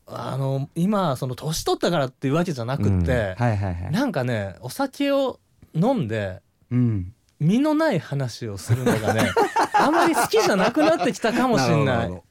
[SPEAKER 2] あの今その年取ったからっていうわけじゃなくって、
[SPEAKER 3] うん
[SPEAKER 1] はいはいはい
[SPEAKER 2] なんかねお酒を飲んで
[SPEAKER 1] うん
[SPEAKER 2] 身のない話をするの がねあんまり好きじゃなくなってきたかもしれない
[SPEAKER 3] るほどるほど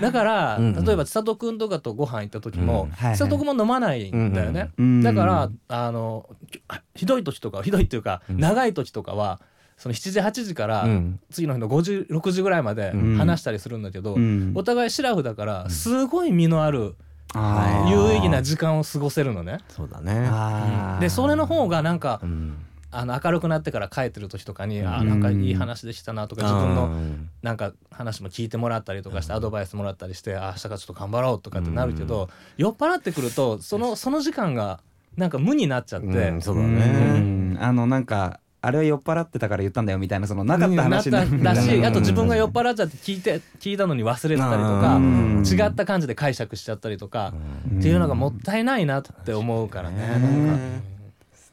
[SPEAKER 2] だから、
[SPEAKER 3] うんうん
[SPEAKER 2] 例えば千里くんとかとご飯行った時も、
[SPEAKER 3] うん
[SPEAKER 1] はいはい
[SPEAKER 2] 千里くんも飲まないんだよね、
[SPEAKER 1] うん
[SPEAKER 2] だからあのきひどい時とかひどいっていうか、
[SPEAKER 3] うん
[SPEAKER 2] 長い時とかはその7時8時から
[SPEAKER 3] うん
[SPEAKER 2] 次の日の5時6時ぐらいまで
[SPEAKER 3] うん
[SPEAKER 2] 話したりするんだけど、
[SPEAKER 1] うん
[SPEAKER 2] お互いシラフだからすごい身のある
[SPEAKER 1] あー
[SPEAKER 2] 有意義な時間を過ごせるのね。
[SPEAKER 3] そうだね。
[SPEAKER 1] あー
[SPEAKER 2] でそれの方がなんか、
[SPEAKER 3] うん
[SPEAKER 2] あの明るくなってから帰ってる時とかに、あ
[SPEAKER 1] う
[SPEAKER 2] ー
[SPEAKER 1] ん
[SPEAKER 2] なんかいい話でしたなとか自分の
[SPEAKER 3] の
[SPEAKER 2] なんか話も聞いてもらったりとかしてアドバイスもらったりして、あー明日からちょっと頑張ろうとかってなるけど、酔っ払ってくるとそのその時間がなんか無になっちゃって、
[SPEAKER 3] うんそう
[SPEAKER 1] う
[SPEAKER 3] だね。
[SPEAKER 1] んあのなんかあれは酔っ払ってたから言ったんだよみたいなそのなかった話に
[SPEAKER 2] な
[SPEAKER 1] な
[SPEAKER 2] っ
[SPEAKER 1] る
[SPEAKER 2] たらし
[SPEAKER 3] う
[SPEAKER 2] い
[SPEAKER 3] ん
[SPEAKER 2] あと自分が酔っ払っちゃって聞いて聞いたのに忘れてたりとか、
[SPEAKER 1] うん
[SPEAKER 2] 違った感じで解釈しちゃったりとか、っていうのがもったいないなって思うからね。なんか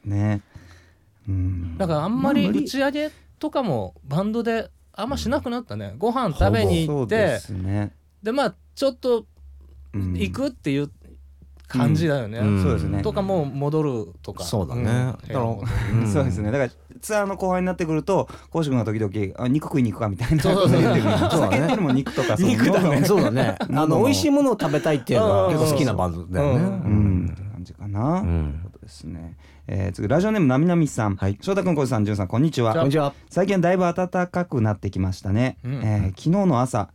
[SPEAKER 1] ねうん
[SPEAKER 2] だからあんまり
[SPEAKER 1] あ
[SPEAKER 2] 打ち上げとかもバンドであんましなくなったねご飯食べに行
[SPEAKER 1] そ
[SPEAKER 2] っ
[SPEAKER 1] うで
[SPEAKER 2] て
[SPEAKER 1] すね
[SPEAKER 2] でまあちょっと
[SPEAKER 1] うん
[SPEAKER 2] 行くっていう感じだよね、
[SPEAKER 3] うん
[SPEAKER 1] そうですね
[SPEAKER 2] とかもう戻るとか
[SPEAKER 3] そうだね
[SPEAKER 2] ん
[SPEAKER 3] だか
[SPEAKER 2] 部
[SPEAKER 3] ら
[SPEAKER 2] 屋戻る
[SPEAKER 3] ん
[SPEAKER 1] そうですね。だからツアーの後半になってくると、こうし君が時々あ肉食いに行くかみたいな
[SPEAKER 2] そうそうそう
[SPEAKER 1] 言ってくる
[SPEAKER 3] そうだ
[SPEAKER 1] 酒
[SPEAKER 3] ね
[SPEAKER 1] っていうのも肉とかそう
[SPEAKER 2] 肉だ
[SPEAKER 1] 喉
[SPEAKER 2] ね
[SPEAKER 1] の
[SPEAKER 3] そうだね。 あの美味しいものを食べたいっていうの
[SPEAKER 2] う
[SPEAKER 3] が
[SPEAKER 2] ん
[SPEAKER 3] 結構好きなバンドだよ
[SPEAKER 1] う、
[SPEAKER 3] ね。
[SPEAKER 2] うん
[SPEAKER 1] って感じかな。
[SPEAKER 3] う
[SPEAKER 1] というんことですね。えー次ラジオネームなみなみさん、
[SPEAKER 3] はい
[SPEAKER 1] 翔太君、こじさん、じゅんさん、こんにち
[SPEAKER 2] こ
[SPEAKER 3] こん
[SPEAKER 1] は
[SPEAKER 3] に。ちは。
[SPEAKER 1] 最近だいぶ暖かくなってきましたね。
[SPEAKER 2] うん
[SPEAKER 1] えー昨日の朝、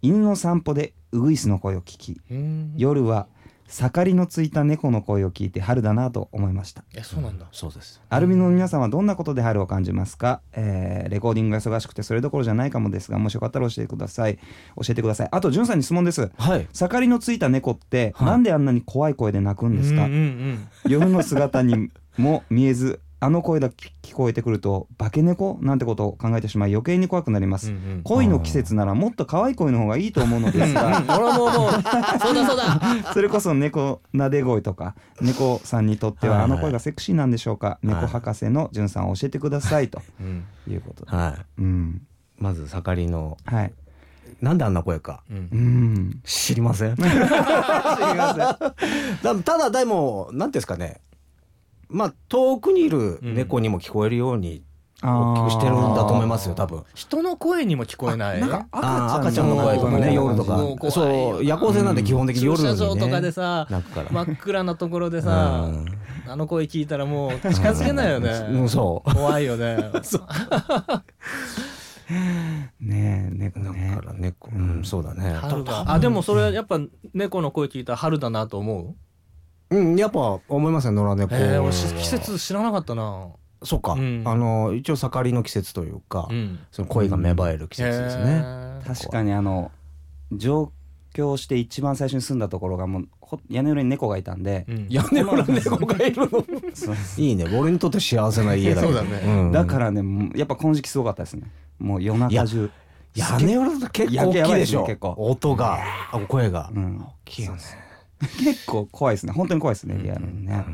[SPEAKER 1] 犬の散歩でウグイスの声を聞き、
[SPEAKER 2] うん
[SPEAKER 1] 夜は盛りのついた猫の声を聞いて春だなと思いました。
[SPEAKER 2] えそうなんだ
[SPEAKER 3] そうです。
[SPEAKER 1] アルビノの皆さんはどんなことで春を感じますか、えーレコーディングが忙しくてそれどころじゃないかもですがもしよかったら教えてください教えてくださいあとんさんに質問です
[SPEAKER 3] はい。
[SPEAKER 1] 盛りのついた猫って、
[SPEAKER 3] はい
[SPEAKER 1] なんであんなに怖い声で鳴くんですか、
[SPEAKER 2] うんうんうん
[SPEAKER 1] 夜の姿にも見えずあの声だけ聞こえてくると化け猫なんてことを考えてしまい余計に怖くなりま
[SPEAKER 2] う
[SPEAKER 1] す、
[SPEAKER 2] んうん
[SPEAKER 1] 恋の季節ならもっと可愛い声の方がいいと思うのですが
[SPEAKER 2] 俺はもうもうそうだそうだ
[SPEAKER 1] それこそ猫撫で声とか猫さんにとって
[SPEAKER 3] はい
[SPEAKER 1] はあ
[SPEAKER 3] はい
[SPEAKER 1] の声がセクシーなんでしょうか、
[SPEAKER 3] い
[SPEAKER 1] 猫博士のじゅんさんを教えてくださいと
[SPEAKER 2] うん
[SPEAKER 1] いうことで、
[SPEAKER 3] は
[SPEAKER 1] うん
[SPEAKER 3] い。まず盛りの
[SPEAKER 1] はい
[SPEAKER 3] なんであんな声か
[SPEAKER 2] うん
[SPEAKER 1] う ん
[SPEAKER 3] 知りません。だただでもなんていうんですかね。まあ遠くにいる猫にも聞こえるように大きくしてるんだと思いますよ多分。
[SPEAKER 2] 人の声にも聞こえない
[SPEAKER 1] なんか
[SPEAKER 3] あー
[SPEAKER 1] 赤ちゃんの声とか
[SPEAKER 2] う
[SPEAKER 1] ね
[SPEAKER 2] ん
[SPEAKER 1] 夜と
[SPEAKER 2] もう
[SPEAKER 1] か
[SPEAKER 2] 怖い
[SPEAKER 3] そう夜行性なんで基本的に夜にね
[SPEAKER 2] 駐車場とかでさ
[SPEAKER 3] 泣くから
[SPEAKER 2] 真っ暗なところでさ
[SPEAKER 3] うん
[SPEAKER 2] あの声聞いたらもう近づけないよね、
[SPEAKER 3] うんそう
[SPEAKER 2] 怖いよ ね
[SPEAKER 1] ねえ猫
[SPEAKER 3] だ
[SPEAKER 1] ね
[SPEAKER 3] から猫、うん、そうだね。
[SPEAKER 2] 春だあでもそれやっぱ猫の声聞いたら春だなと思
[SPEAKER 3] うん、やっぱ思いますね、野良
[SPEAKER 2] う
[SPEAKER 3] 猫。
[SPEAKER 2] えー、俺し季節知らなかったな
[SPEAKER 3] そうか、
[SPEAKER 2] うん
[SPEAKER 3] あの一応盛りの季節というか、
[SPEAKER 2] うん
[SPEAKER 3] その恋が芽生える季節です
[SPEAKER 2] へ
[SPEAKER 3] ね。
[SPEAKER 2] ー
[SPEAKER 1] 確かにあの上京して一番最初に住んだところがもうほ屋根裏に猫がいたんで、
[SPEAKER 2] うん
[SPEAKER 3] 屋根裏猫がいるの。
[SPEAKER 1] そう
[SPEAKER 3] いいね、俺にとって幸せな家だけど。
[SPEAKER 2] そうだね
[SPEAKER 3] ん
[SPEAKER 1] だからねもうやっぱこの時期すごかったですねもう夜中中
[SPEAKER 3] 屋根裏だと結構大きいでし
[SPEAKER 1] や
[SPEAKER 3] ょ。
[SPEAKER 1] ばいですね結構
[SPEAKER 3] 音が、あ声が。
[SPEAKER 1] うん
[SPEAKER 3] 大きいよね。
[SPEAKER 1] 結構怖いですね本当に怖いですねリアルにね、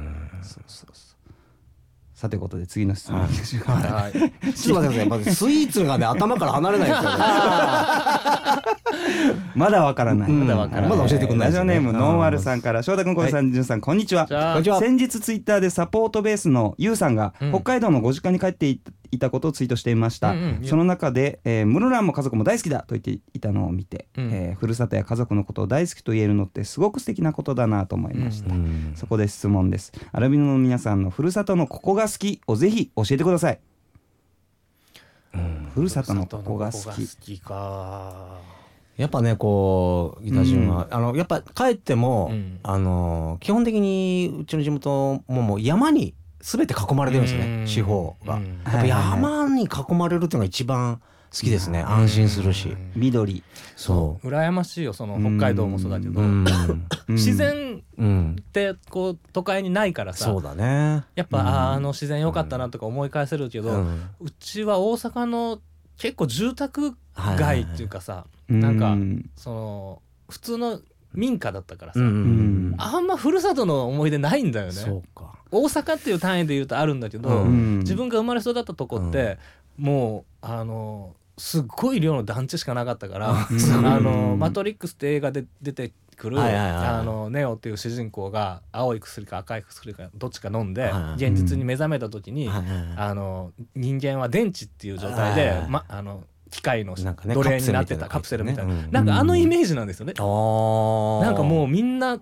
[SPEAKER 1] そうそうそうさてことで次の質問いきましょうか
[SPEAKER 2] はい
[SPEAKER 3] ちょっと待ってください、まずスイーツがね頭から離れないですよね。
[SPEAKER 1] まだわからない。
[SPEAKER 3] うんまだわからないまだ教えてくんな
[SPEAKER 1] ラ
[SPEAKER 3] いです
[SPEAKER 1] ジオ
[SPEAKER 3] よ
[SPEAKER 1] ネ
[SPEAKER 3] ね
[SPEAKER 1] ームノンアルさんから、翔太君、小林さん、じゅんさん、こんにちは。
[SPEAKER 2] じゃあ
[SPEAKER 3] こんにちは
[SPEAKER 1] 先日ツイッターでサポートベースのゆうさんが
[SPEAKER 2] うん
[SPEAKER 1] 北海道のご実家に帰っていたことをツイートしていました、
[SPEAKER 2] うんうん
[SPEAKER 1] その中で、えー室蘭も家族も大好きだと言っていたのを見て、
[SPEAKER 2] うん
[SPEAKER 1] えーふるさとや家族のことを大好きと言えるのってすごく素敵なことだなと思いました、
[SPEAKER 3] うん
[SPEAKER 1] そこで質問ですアルビノの皆さんのふるさとのここが好きをぜひ教えてください、ふるさとのここが好き
[SPEAKER 2] か
[SPEAKER 3] やっぱねこうギター人は、あのやっぱ帰っても、
[SPEAKER 2] うん
[SPEAKER 3] あの基本的にうちの地元ももう山に全て囲まれてるんですよね、
[SPEAKER 2] うん
[SPEAKER 3] 四方が、
[SPEAKER 2] うん
[SPEAKER 3] やっぱ山に囲まれるっていうのが一番好きですね、安心するし、
[SPEAKER 1] 緑、
[SPEAKER 3] そ
[SPEAKER 2] 羨ましいよその北海道もそうだけ
[SPEAKER 3] う
[SPEAKER 2] ど、
[SPEAKER 3] うん、
[SPEAKER 1] うん
[SPEAKER 2] 自然
[SPEAKER 3] うん、
[SPEAKER 2] ってこう都会にないからさ
[SPEAKER 3] そうだね
[SPEAKER 2] やっぱ、あーあの自然良かったなとか思い返せるけど、
[SPEAKER 3] う
[SPEAKER 2] うんちは大阪の結構住宅街っていうかさ、
[SPEAKER 1] な
[SPEAKER 2] なんかその普通の民家だったからさ、
[SPEAKER 3] うん、
[SPEAKER 1] ん
[SPEAKER 2] あんまふるさとの思い出ないんだよね
[SPEAKER 3] そうか
[SPEAKER 2] 大阪っていう単位で言うとあるんだけど、
[SPEAKER 3] うん
[SPEAKER 2] 自分が生まれ育ったとこって、もうあのすっごい量の団地しかなかったから「
[SPEAKER 1] うん
[SPEAKER 2] あのマトリックス」って映画で出てくる、
[SPEAKER 3] はいはいはい
[SPEAKER 2] あのネオっていう主人公が青い薬か赤い薬かどっちか飲んで、
[SPEAKER 3] はいはい
[SPEAKER 2] 現実に目覚めた時に、
[SPEAKER 3] はいはいはい
[SPEAKER 2] あの人間は電池っていう状態で、
[SPEAKER 3] はいはいはい
[SPEAKER 2] ま、あの機械の
[SPEAKER 3] なんかね
[SPEAKER 2] 奴隷になってたカ
[SPEAKER 3] カ
[SPEAKER 2] プ
[SPEAKER 3] プ
[SPEAKER 2] セ
[SPEAKER 3] セ
[SPEAKER 2] ル
[SPEAKER 3] ル
[SPEAKER 2] み
[SPEAKER 3] み
[SPEAKER 2] た
[SPEAKER 3] た
[SPEAKER 2] い
[SPEAKER 3] い
[SPEAKER 2] な、
[SPEAKER 3] な
[SPEAKER 2] なんかあの
[SPEAKER 1] うん
[SPEAKER 2] イメージなんですよね。
[SPEAKER 3] あー
[SPEAKER 2] なんかもうみんな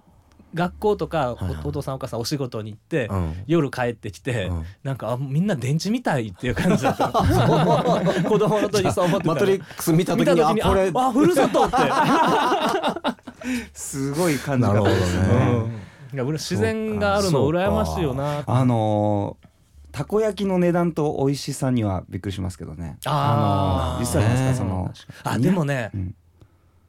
[SPEAKER 2] 学校とか
[SPEAKER 3] はいはい
[SPEAKER 2] おお父さんお母さんお仕事に行って、
[SPEAKER 3] うん
[SPEAKER 2] 夜帰ってきて、
[SPEAKER 3] うん
[SPEAKER 2] なんかあみんな電池みたいっていう感じだった 子供の時そう思ってた
[SPEAKER 3] マトリックス見た
[SPEAKER 2] 見
[SPEAKER 3] 時
[SPEAKER 2] た
[SPEAKER 3] に
[SPEAKER 2] 時に
[SPEAKER 3] あこれ
[SPEAKER 2] ああふるさとって、
[SPEAKER 1] すごい感じ
[SPEAKER 3] なる
[SPEAKER 1] 方
[SPEAKER 3] ほど
[SPEAKER 1] で
[SPEAKER 3] ね
[SPEAKER 1] すね。
[SPEAKER 2] うん、いや俺自然があるの羨ましいよな
[SPEAKER 1] あのーたこ焼きの値段と美味しさにはびっくりしますけどね。の
[SPEAKER 2] あー
[SPEAKER 1] ー実際ですか
[SPEAKER 3] ね
[SPEAKER 1] その
[SPEAKER 2] あでもね、
[SPEAKER 1] うん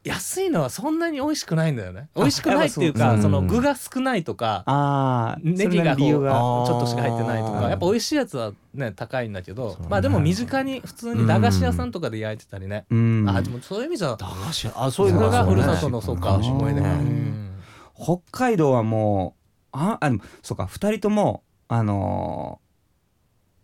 [SPEAKER 2] 安いのはそんなに美味しくないんだよね美味しくないっていう
[SPEAKER 3] あ
[SPEAKER 2] か
[SPEAKER 3] そう
[SPEAKER 2] その具が少ないとか
[SPEAKER 1] あー
[SPEAKER 2] ネギ
[SPEAKER 1] それな
[SPEAKER 2] が
[SPEAKER 1] りに理由
[SPEAKER 2] こうち
[SPEAKER 1] が
[SPEAKER 2] ょっとしか入ってないと
[SPEAKER 3] あ
[SPEAKER 2] か
[SPEAKER 3] ー
[SPEAKER 2] やっぱ美味しいやつはね高いんだけど
[SPEAKER 3] そうね
[SPEAKER 2] まあでも身近に普通に駄菓子屋さんとかで焼いてたりね
[SPEAKER 1] うん
[SPEAKER 2] あでもそういう意味じゃ
[SPEAKER 3] 駄菓子あそ
[SPEAKER 2] そう
[SPEAKER 3] いうの
[SPEAKER 2] れが
[SPEAKER 1] そ
[SPEAKER 2] ふ
[SPEAKER 1] うね
[SPEAKER 2] るさとのそうか
[SPEAKER 1] うん
[SPEAKER 2] 思い出
[SPEAKER 1] う
[SPEAKER 2] か
[SPEAKER 1] ん北海道はもうああでもそうか二人ともあの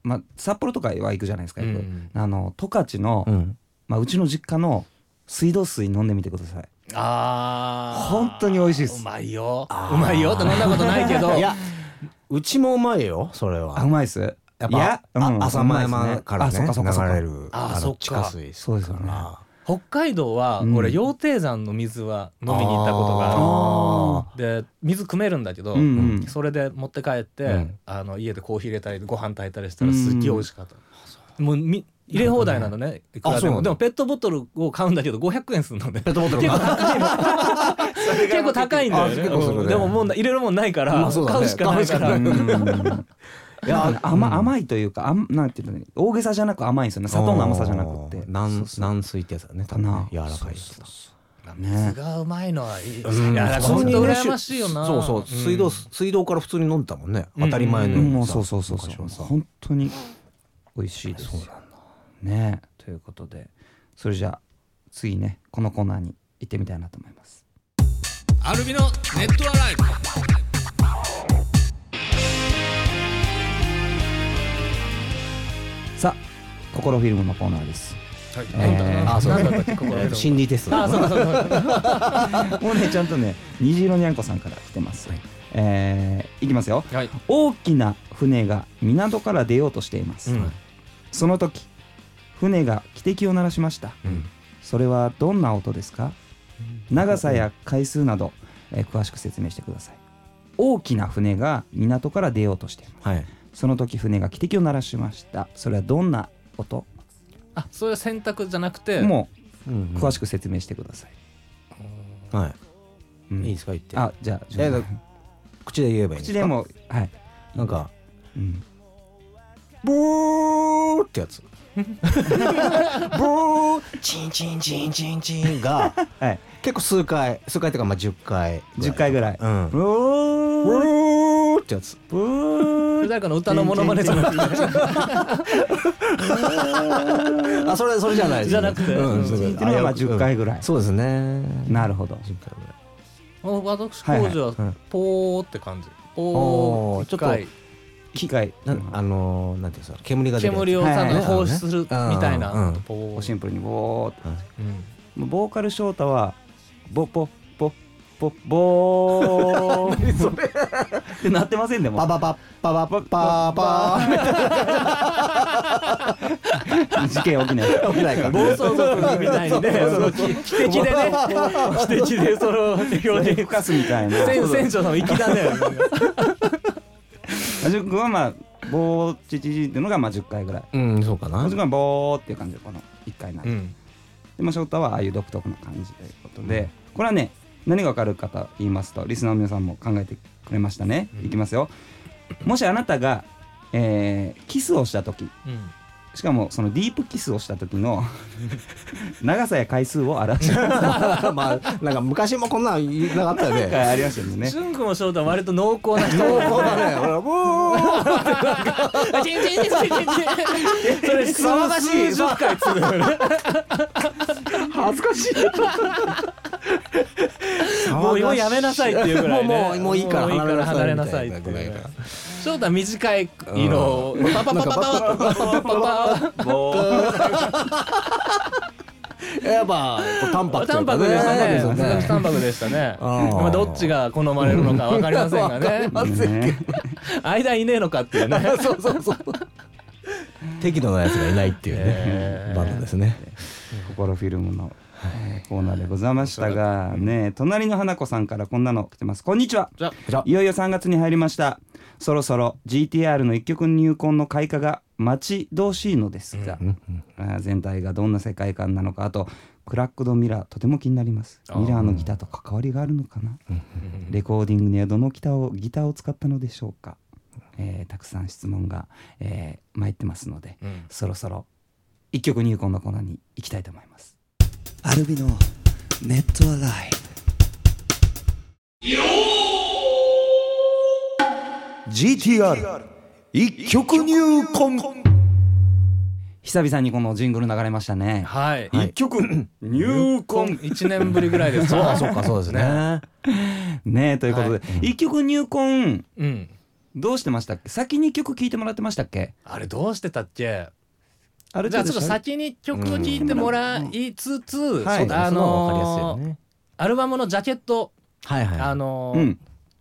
[SPEAKER 1] ーまあ札幌とかは行くじゃないですか。よく
[SPEAKER 2] うん
[SPEAKER 1] あの十勝の、う
[SPEAKER 3] うん
[SPEAKER 1] まあうちの実家の水道水飲んでみてください。
[SPEAKER 2] あー
[SPEAKER 1] 本当に美味しいっす
[SPEAKER 2] うまいようまいよって飲んだことないけど
[SPEAKER 3] いやうちもうまいよそれは
[SPEAKER 1] あうまいっす。
[SPEAKER 3] やっ
[SPEAKER 1] い
[SPEAKER 3] ぱ
[SPEAKER 1] や、
[SPEAKER 3] あ
[SPEAKER 1] うん
[SPEAKER 3] 浅間山から
[SPEAKER 1] あそっ
[SPEAKER 3] ね
[SPEAKER 1] かそっかそっ
[SPEAKER 3] 流
[SPEAKER 1] か
[SPEAKER 3] れる
[SPEAKER 2] あ
[SPEAKER 3] の
[SPEAKER 2] そっか
[SPEAKER 3] 地下水
[SPEAKER 1] そうですよね
[SPEAKER 3] あ
[SPEAKER 2] 北海道は
[SPEAKER 1] うん
[SPEAKER 2] 俺羊蹄山の水は飲みに行ったことがある
[SPEAKER 1] あ
[SPEAKER 2] で水汲めるんだけど、
[SPEAKER 1] うんうん
[SPEAKER 2] それで持って帰って、
[SPEAKER 3] うん
[SPEAKER 2] あの家でコーヒー入れたりご飯炊いたりしたらすっげえ美味しかった、もうみ入れ放題なのねいくらで
[SPEAKER 3] そうな
[SPEAKER 2] も
[SPEAKER 3] ん
[SPEAKER 2] で
[SPEAKER 3] だ
[SPEAKER 2] もペットボトルを買うんだけど500円するのね
[SPEAKER 3] ペットボ トルが
[SPEAKER 2] 結構高いんだよね
[SPEAKER 3] あ結構するね
[SPEAKER 2] うんでももうな入れるもんないから、
[SPEAKER 3] まあそうだね
[SPEAKER 2] 買うしかないから
[SPEAKER 3] 買
[SPEAKER 1] うん
[SPEAKER 3] いや
[SPEAKER 1] あ甘甘いというかあんなんていうのね大げさじゃなく甘いんですよね砂糖の甘さじゃなくって
[SPEAKER 3] 軟
[SPEAKER 1] そう
[SPEAKER 3] 軟水ってやつだね多
[SPEAKER 1] か
[SPEAKER 3] 分ね
[SPEAKER 1] な
[SPEAKER 3] 柔らかいやつ
[SPEAKER 1] そう
[SPEAKER 3] だ
[SPEAKER 2] 水がうまいのはいい、
[SPEAKER 3] うん
[SPEAKER 2] いやだから
[SPEAKER 3] 普
[SPEAKER 2] 本
[SPEAKER 3] 通に
[SPEAKER 2] 当
[SPEAKER 3] ね
[SPEAKER 2] 羨ましいよな
[SPEAKER 3] そうそう水道水道から普通に飲んでたもんね
[SPEAKER 2] うん
[SPEAKER 3] 当たり前のよ
[SPEAKER 1] う
[SPEAKER 3] に
[SPEAKER 1] ん
[SPEAKER 3] さ
[SPEAKER 1] もうそうそうそうそう
[SPEAKER 3] 昔はさ
[SPEAKER 1] 本当に美味しいですねえということでそれじゃあ次ねこのコーナーに行ってみたいなと思います
[SPEAKER 2] アルビのネットアライブ
[SPEAKER 1] さあ心フィルムのコーナー です
[SPEAKER 2] はい、
[SPEAKER 1] えー
[SPEAKER 2] なんだ
[SPEAKER 3] あそうだ
[SPEAKER 2] なんだっけここ
[SPEAKER 3] えー心理テスト
[SPEAKER 2] あそうだそうだそうだ
[SPEAKER 1] もうねちゃんとね虹色にゃんこさんから来てます、えーいきますよ
[SPEAKER 2] はい、
[SPEAKER 1] 大きな船が港から出ようとしています、
[SPEAKER 2] うん
[SPEAKER 1] その時船が汽笛を鳴らしました
[SPEAKER 3] うん
[SPEAKER 1] それはどんな音ですか長さや回数など、えー詳しく説明してください大きな船が港から出ようとしている
[SPEAKER 3] はい
[SPEAKER 1] その時船が汽笛を鳴らしましたそれはどんな音
[SPEAKER 2] あそういう選択じゃなくて
[SPEAKER 1] もう詳
[SPEAKER 3] 詳
[SPEAKER 1] しく説明してください、
[SPEAKER 3] くは
[SPEAKER 1] うん
[SPEAKER 3] いいいですか言って
[SPEAKER 1] あじゃあ
[SPEAKER 3] え口で言えばいいんで
[SPEAKER 1] 口
[SPEAKER 3] すか
[SPEAKER 1] でもはい、
[SPEAKER 3] なんか
[SPEAKER 1] うん、
[SPEAKER 3] ブーってやつ ブーチンチンチンチンチンが
[SPEAKER 1] はい
[SPEAKER 3] 結構数回数回っていうかまあ10回
[SPEAKER 1] 10回ぐらい、
[SPEAKER 3] うん
[SPEAKER 1] ブ
[SPEAKER 3] ブ
[SPEAKER 1] ー
[SPEAKER 3] ーってやつ
[SPEAKER 1] ブー
[SPEAKER 2] 誰かの歌のモノマネじゃ なくて
[SPEAKER 3] あそれそれじゃないです
[SPEAKER 2] じゃなくて
[SPEAKER 3] うん
[SPEAKER 2] うん
[SPEAKER 3] そ
[SPEAKER 1] っていうのはまあ10回ぐらい
[SPEAKER 3] うんそうですね
[SPEAKER 1] なるほど
[SPEAKER 3] 10回ぐらい
[SPEAKER 2] もう私
[SPEAKER 1] はいは
[SPEAKER 2] 工
[SPEAKER 1] い
[SPEAKER 2] 事は
[SPEAKER 3] うん
[SPEAKER 2] ポーって感じポ
[SPEAKER 3] お
[SPEAKER 2] ー
[SPEAKER 3] ー
[SPEAKER 2] ちょっと
[SPEAKER 1] 機械
[SPEAKER 3] なんあのーなんていうんですか煙が出るやつ
[SPEAKER 2] 煙をさ
[SPEAKER 1] はいはい
[SPEAKER 2] 放出するみたい
[SPEAKER 3] うん
[SPEAKER 2] な
[SPEAKER 3] うん
[SPEAKER 2] ポ
[SPEAKER 1] おシ
[SPEAKER 2] ー
[SPEAKER 1] ンプルにボーっと
[SPEAKER 2] うん
[SPEAKER 1] もうボーカル翔太はボポポポボ ーそれ ってなってませんでも
[SPEAKER 3] パパパパパパパパ
[SPEAKER 1] 事件起きない
[SPEAKER 3] 起きないか
[SPEAKER 2] 暴走族みたいにねその汽汽笛でね汽笛でその
[SPEAKER 1] で
[SPEAKER 2] 表現
[SPEAKER 1] ふかすみたいな
[SPEAKER 2] 船船長さんも粋だね
[SPEAKER 1] ジ君はまあボーチチチっていうのがまあ10回ぐらい
[SPEAKER 3] うんそうかな
[SPEAKER 1] マジ君はボーっていう感じでこの1回な
[SPEAKER 2] うん
[SPEAKER 1] で
[SPEAKER 2] ん
[SPEAKER 1] でまあ翔太はああいう独特な感じということでこれはね何がわかるかと言いますとリスナーの皆さんも考えてくれましたね
[SPEAKER 2] うん
[SPEAKER 1] いきますよもしあなたがえーキスをした時
[SPEAKER 2] うん
[SPEAKER 1] しかもそのディープキスをした時の長さや回数を表し
[SPEAKER 3] まあなんか昔もこんなん言いなかった
[SPEAKER 1] 一
[SPEAKER 3] よね
[SPEAKER 1] 回ありましたよね
[SPEAKER 2] 俊君も翔太は割と濃厚な人
[SPEAKER 3] そうだね俺はもう
[SPEAKER 2] あチンチンチンチンチンそれ
[SPEAKER 3] 騒がしい
[SPEAKER 2] 数十回つる
[SPEAKER 3] 恥ずかしい。
[SPEAKER 2] もうもうやめなさいっていうぐらいね
[SPEAKER 3] もうもうもういいから離れなさい
[SPEAKER 2] 離れなさいっていう
[SPEAKER 3] みたいな
[SPEAKER 2] 翔太は短いのをパパパパパパパパパパ
[SPEAKER 3] やっぱこう淡泊とい
[SPEAKER 2] 淡
[SPEAKER 3] うか
[SPEAKER 2] 白でしたね
[SPEAKER 3] 淡泊です
[SPEAKER 2] 淡白で
[SPEAKER 3] よね
[SPEAKER 2] したね
[SPEAKER 3] うん
[SPEAKER 2] まあどっちが好まれるのかわかりませんがね
[SPEAKER 3] わかりませんけど
[SPEAKER 1] ね
[SPEAKER 2] 間いねえのかっていうね
[SPEAKER 3] そうそうそう。適度なやつがいないっていう
[SPEAKER 2] え
[SPEAKER 3] ね
[SPEAKER 2] ー
[SPEAKER 3] バンドですね。
[SPEAKER 1] 心フィルムのえーコーナーでございましたがね隣の花子さんからこんなの来てますこんにちは
[SPEAKER 2] じゃあ
[SPEAKER 3] じゃ
[SPEAKER 1] いよいよ3月に入りましたそろそろ GTR の一曲入魂の開花が待ち遠しいのですが、あー全体がどんな世界観なのかあとクラックドミラーとても気になります
[SPEAKER 2] あー
[SPEAKER 1] ミラーのギターと関わりがあるのかな、レコーディングにはどのギターをギターを使ったのでしょうか、えーたくさん質問が、えー、参ってますので
[SPEAKER 2] うん
[SPEAKER 1] そろそろ一曲入魂のコーナーに行きたいと思いますアルビのネットアライ
[SPEAKER 4] GTR 一曲入魂
[SPEAKER 1] 久々にこのジングル流れましたね
[SPEAKER 2] はい
[SPEAKER 3] はい
[SPEAKER 4] 一曲入魂
[SPEAKER 2] 1年ぶりぐらいです
[SPEAKER 3] あ。
[SPEAKER 2] か
[SPEAKER 3] そうかそうですね。
[SPEAKER 1] ねえということで、一曲入魂
[SPEAKER 2] うん
[SPEAKER 1] どうしてましたっけ先に一曲聴いてもらってましたっけ
[SPEAKER 2] あれどうしてたっけ
[SPEAKER 1] ある
[SPEAKER 2] じゃ
[SPEAKER 1] 程
[SPEAKER 2] あちょ
[SPEAKER 1] 度
[SPEAKER 2] っと先に曲を聴いてもらいつつ、
[SPEAKER 1] はい
[SPEAKER 3] そうだね
[SPEAKER 2] あ
[SPEAKER 3] その方がわかりやすいよ
[SPEAKER 2] のー
[SPEAKER 3] ね。
[SPEAKER 2] アルバムのジャケット、
[SPEAKER 3] はいはい。
[SPEAKER 2] あの
[SPEAKER 1] う
[SPEAKER 2] ー
[SPEAKER 1] ん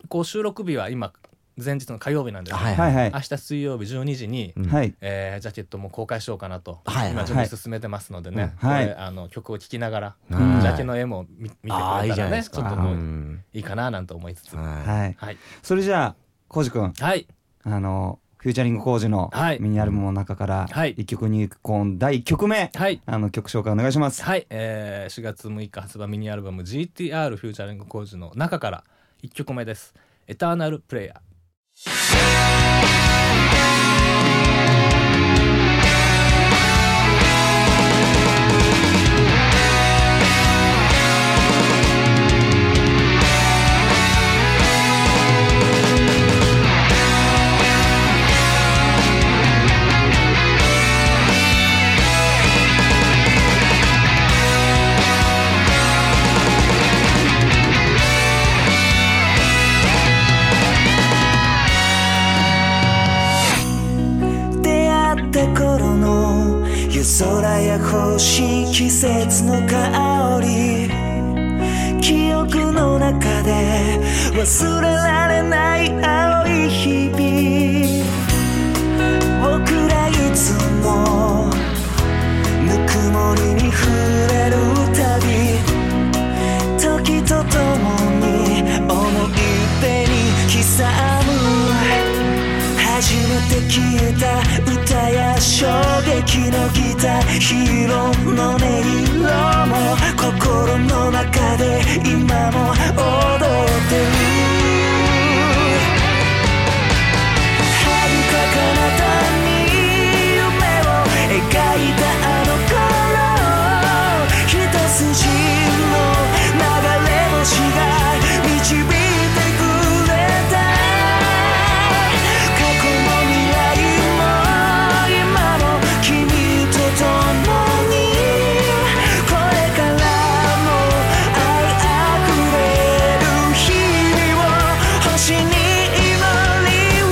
[SPEAKER 2] こう収録日は今前日の火曜日なんですけど、
[SPEAKER 3] はい
[SPEAKER 1] はいはい
[SPEAKER 2] 明日水曜日12時に、
[SPEAKER 3] うん
[SPEAKER 1] はい
[SPEAKER 2] えージャケットも公開しようかなと、
[SPEAKER 3] はい
[SPEAKER 2] 今準備進めてますのでね、
[SPEAKER 1] はい
[SPEAKER 2] これあの曲を聴きながら、
[SPEAKER 3] うん
[SPEAKER 2] ジャケの絵も見見てくれ
[SPEAKER 3] ああいい
[SPEAKER 2] た
[SPEAKER 3] じゃ
[SPEAKER 2] ら
[SPEAKER 3] ない
[SPEAKER 2] ね
[SPEAKER 3] です
[SPEAKER 2] ちょ
[SPEAKER 3] か。
[SPEAKER 2] っと
[SPEAKER 3] う
[SPEAKER 2] こうんいいかななんて思いつつ、
[SPEAKER 3] は
[SPEAKER 1] はい
[SPEAKER 2] はい
[SPEAKER 1] それじゃあコウジ君
[SPEAKER 2] はい
[SPEAKER 1] あのフューチャリングコウジの
[SPEAKER 2] はい
[SPEAKER 1] ミニアルバムの中から
[SPEAKER 2] はい
[SPEAKER 1] 一曲入魂第一曲目
[SPEAKER 2] はい
[SPEAKER 1] あの曲紹介お願いします
[SPEAKER 2] はい、えー4月6日発売ミニアルバム GTR フューチャリング工事の中から1曲目です「エターナルプレイヤー」
[SPEAKER 5] 出会った頃の夜空や星季節の香り記憶の中で忘れられない青い日々僕らいつもぬくもりに触れるたび時とともに思い出に刻たヒーローの音色も心の中で今も踊ってる遥か彼方に夢を描いたあの頃一筋の流れ星が導いてくれた過去も未来も今も君と共にこれからも愛あふれる日々を星に祈り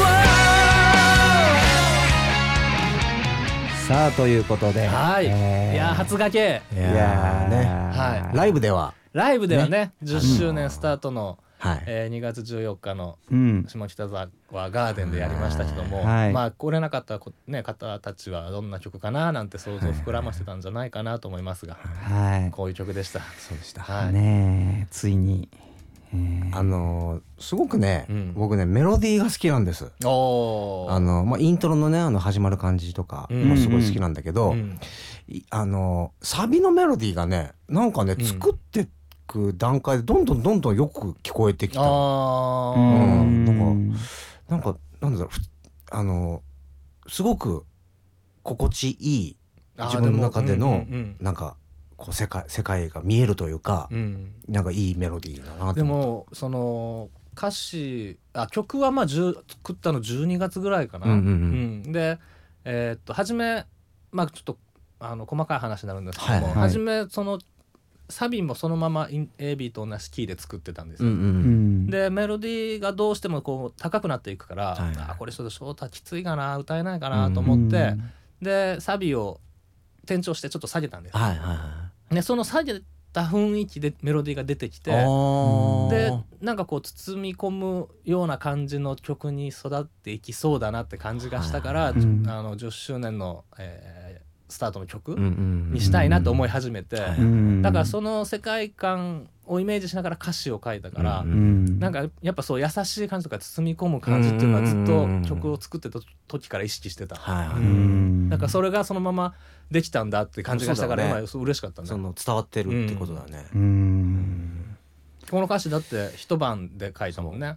[SPEAKER 5] を
[SPEAKER 3] さあということで
[SPEAKER 2] はい、
[SPEAKER 3] えー
[SPEAKER 2] いやー初掛け
[SPEAKER 3] いやーね
[SPEAKER 2] は
[SPEAKER 3] ライブでは
[SPEAKER 2] ライブではね10周年スタートの、
[SPEAKER 3] はい
[SPEAKER 2] えー2月14日の
[SPEAKER 1] うん
[SPEAKER 2] 下北沢ガーデンでやりましたけども、
[SPEAKER 1] はい
[SPEAKER 2] まあ来れなかったこ、ね、方たちはどんな曲かななんて想像を膨らましてたんじゃないかなと思いますが、
[SPEAKER 1] は
[SPEAKER 2] こういう曲でした。
[SPEAKER 3] そうでした
[SPEAKER 2] はいい
[SPEAKER 1] ねえついに
[SPEAKER 3] あのーすごくね、
[SPEAKER 2] うん
[SPEAKER 3] 僕ねメロディーが好きなんです
[SPEAKER 2] おー
[SPEAKER 3] あの、まあ、イントロのねあの始まる感じとか
[SPEAKER 2] うん
[SPEAKER 3] もすごい好きなんだけど、
[SPEAKER 2] うん
[SPEAKER 3] いあのーサビのメロディーがねなんかね
[SPEAKER 2] うん
[SPEAKER 3] 作ってく段階でどんどんどんどんよく聞こえてきたの
[SPEAKER 2] あ
[SPEAKER 1] う
[SPEAKER 2] ー
[SPEAKER 1] ん
[SPEAKER 3] なんなんかなんだろうふあのーすごく心地いい
[SPEAKER 2] あー
[SPEAKER 3] 自分の中での
[SPEAKER 2] もうん
[SPEAKER 3] なんかこう世界世界が見えるというか
[SPEAKER 2] うん、うん
[SPEAKER 3] なんかいいメロディーだなと
[SPEAKER 2] で
[SPEAKER 3] 思っ
[SPEAKER 2] もその歌詞あ曲はまあ10作ったの12月ぐらいかな、
[SPEAKER 3] うんうんうん
[SPEAKER 2] うんでえーっと初めまあちょっとあの細かい話になるんですけども、
[SPEAKER 3] はい
[SPEAKER 1] はい
[SPEAKER 2] 初めそのサビもそのままイン AB と同じキーで作ってたんです
[SPEAKER 3] た
[SPEAKER 2] よ、
[SPEAKER 3] うん
[SPEAKER 1] う
[SPEAKER 3] う
[SPEAKER 1] ん
[SPEAKER 3] ん
[SPEAKER 2] でメロディーがどうしてもこう高くなっていくから、
[SPEAKER 3] はい
[SPEAKER 2] あこれちょっと翔太きついかな歌えないかなと思って、でサビを転調してちょっと下げたんです
[SPEAKER 3] はいはいはい
[SPEAKER 2] でその下げた雰囲気でメロディーが出てきて
[SPEAKER 3] あー
[SPEAKER 2] でなんかこう包み込むような感じの曲に育っていきそうだなって感じがしたから、
[SPEAKER 1] いうん
[SPEAKER 2] あの10周年の、えースタートの曲
[SPEAKER 3] うんうん
[SPEAKER 2] にしたいなと思い始めて、
[SPEAKER 3] はい
[SPEAKER 1] うん
[SPEAKER 2] だからその世界観をイメージしながら歌詞を書いたから、
[SPEAKER 3] うん
[SPEAKER 1] うん
[SPEAKER 2] なんかやっぱそう優しい感じとか包み込む感じっていうのはずっと曲を作ってた時から意識してた。
[SPEAKER 3] はいはい
[SPEAKER 1] うん
[SPEAKER 2] なんかそれがそのままできたんだって感じがしたから
[SPEAKER 3] そうだ
[SPEAKER 2] 今
[SPEAKER 3] ね
[SPEAKER 2] 嬉しかったんだ
[SPEAKER 3] その伝わってるってことだね、
[SPEAKER 1] うん
[SPEAKER 2] この歌詞だって一晩で書いたもんね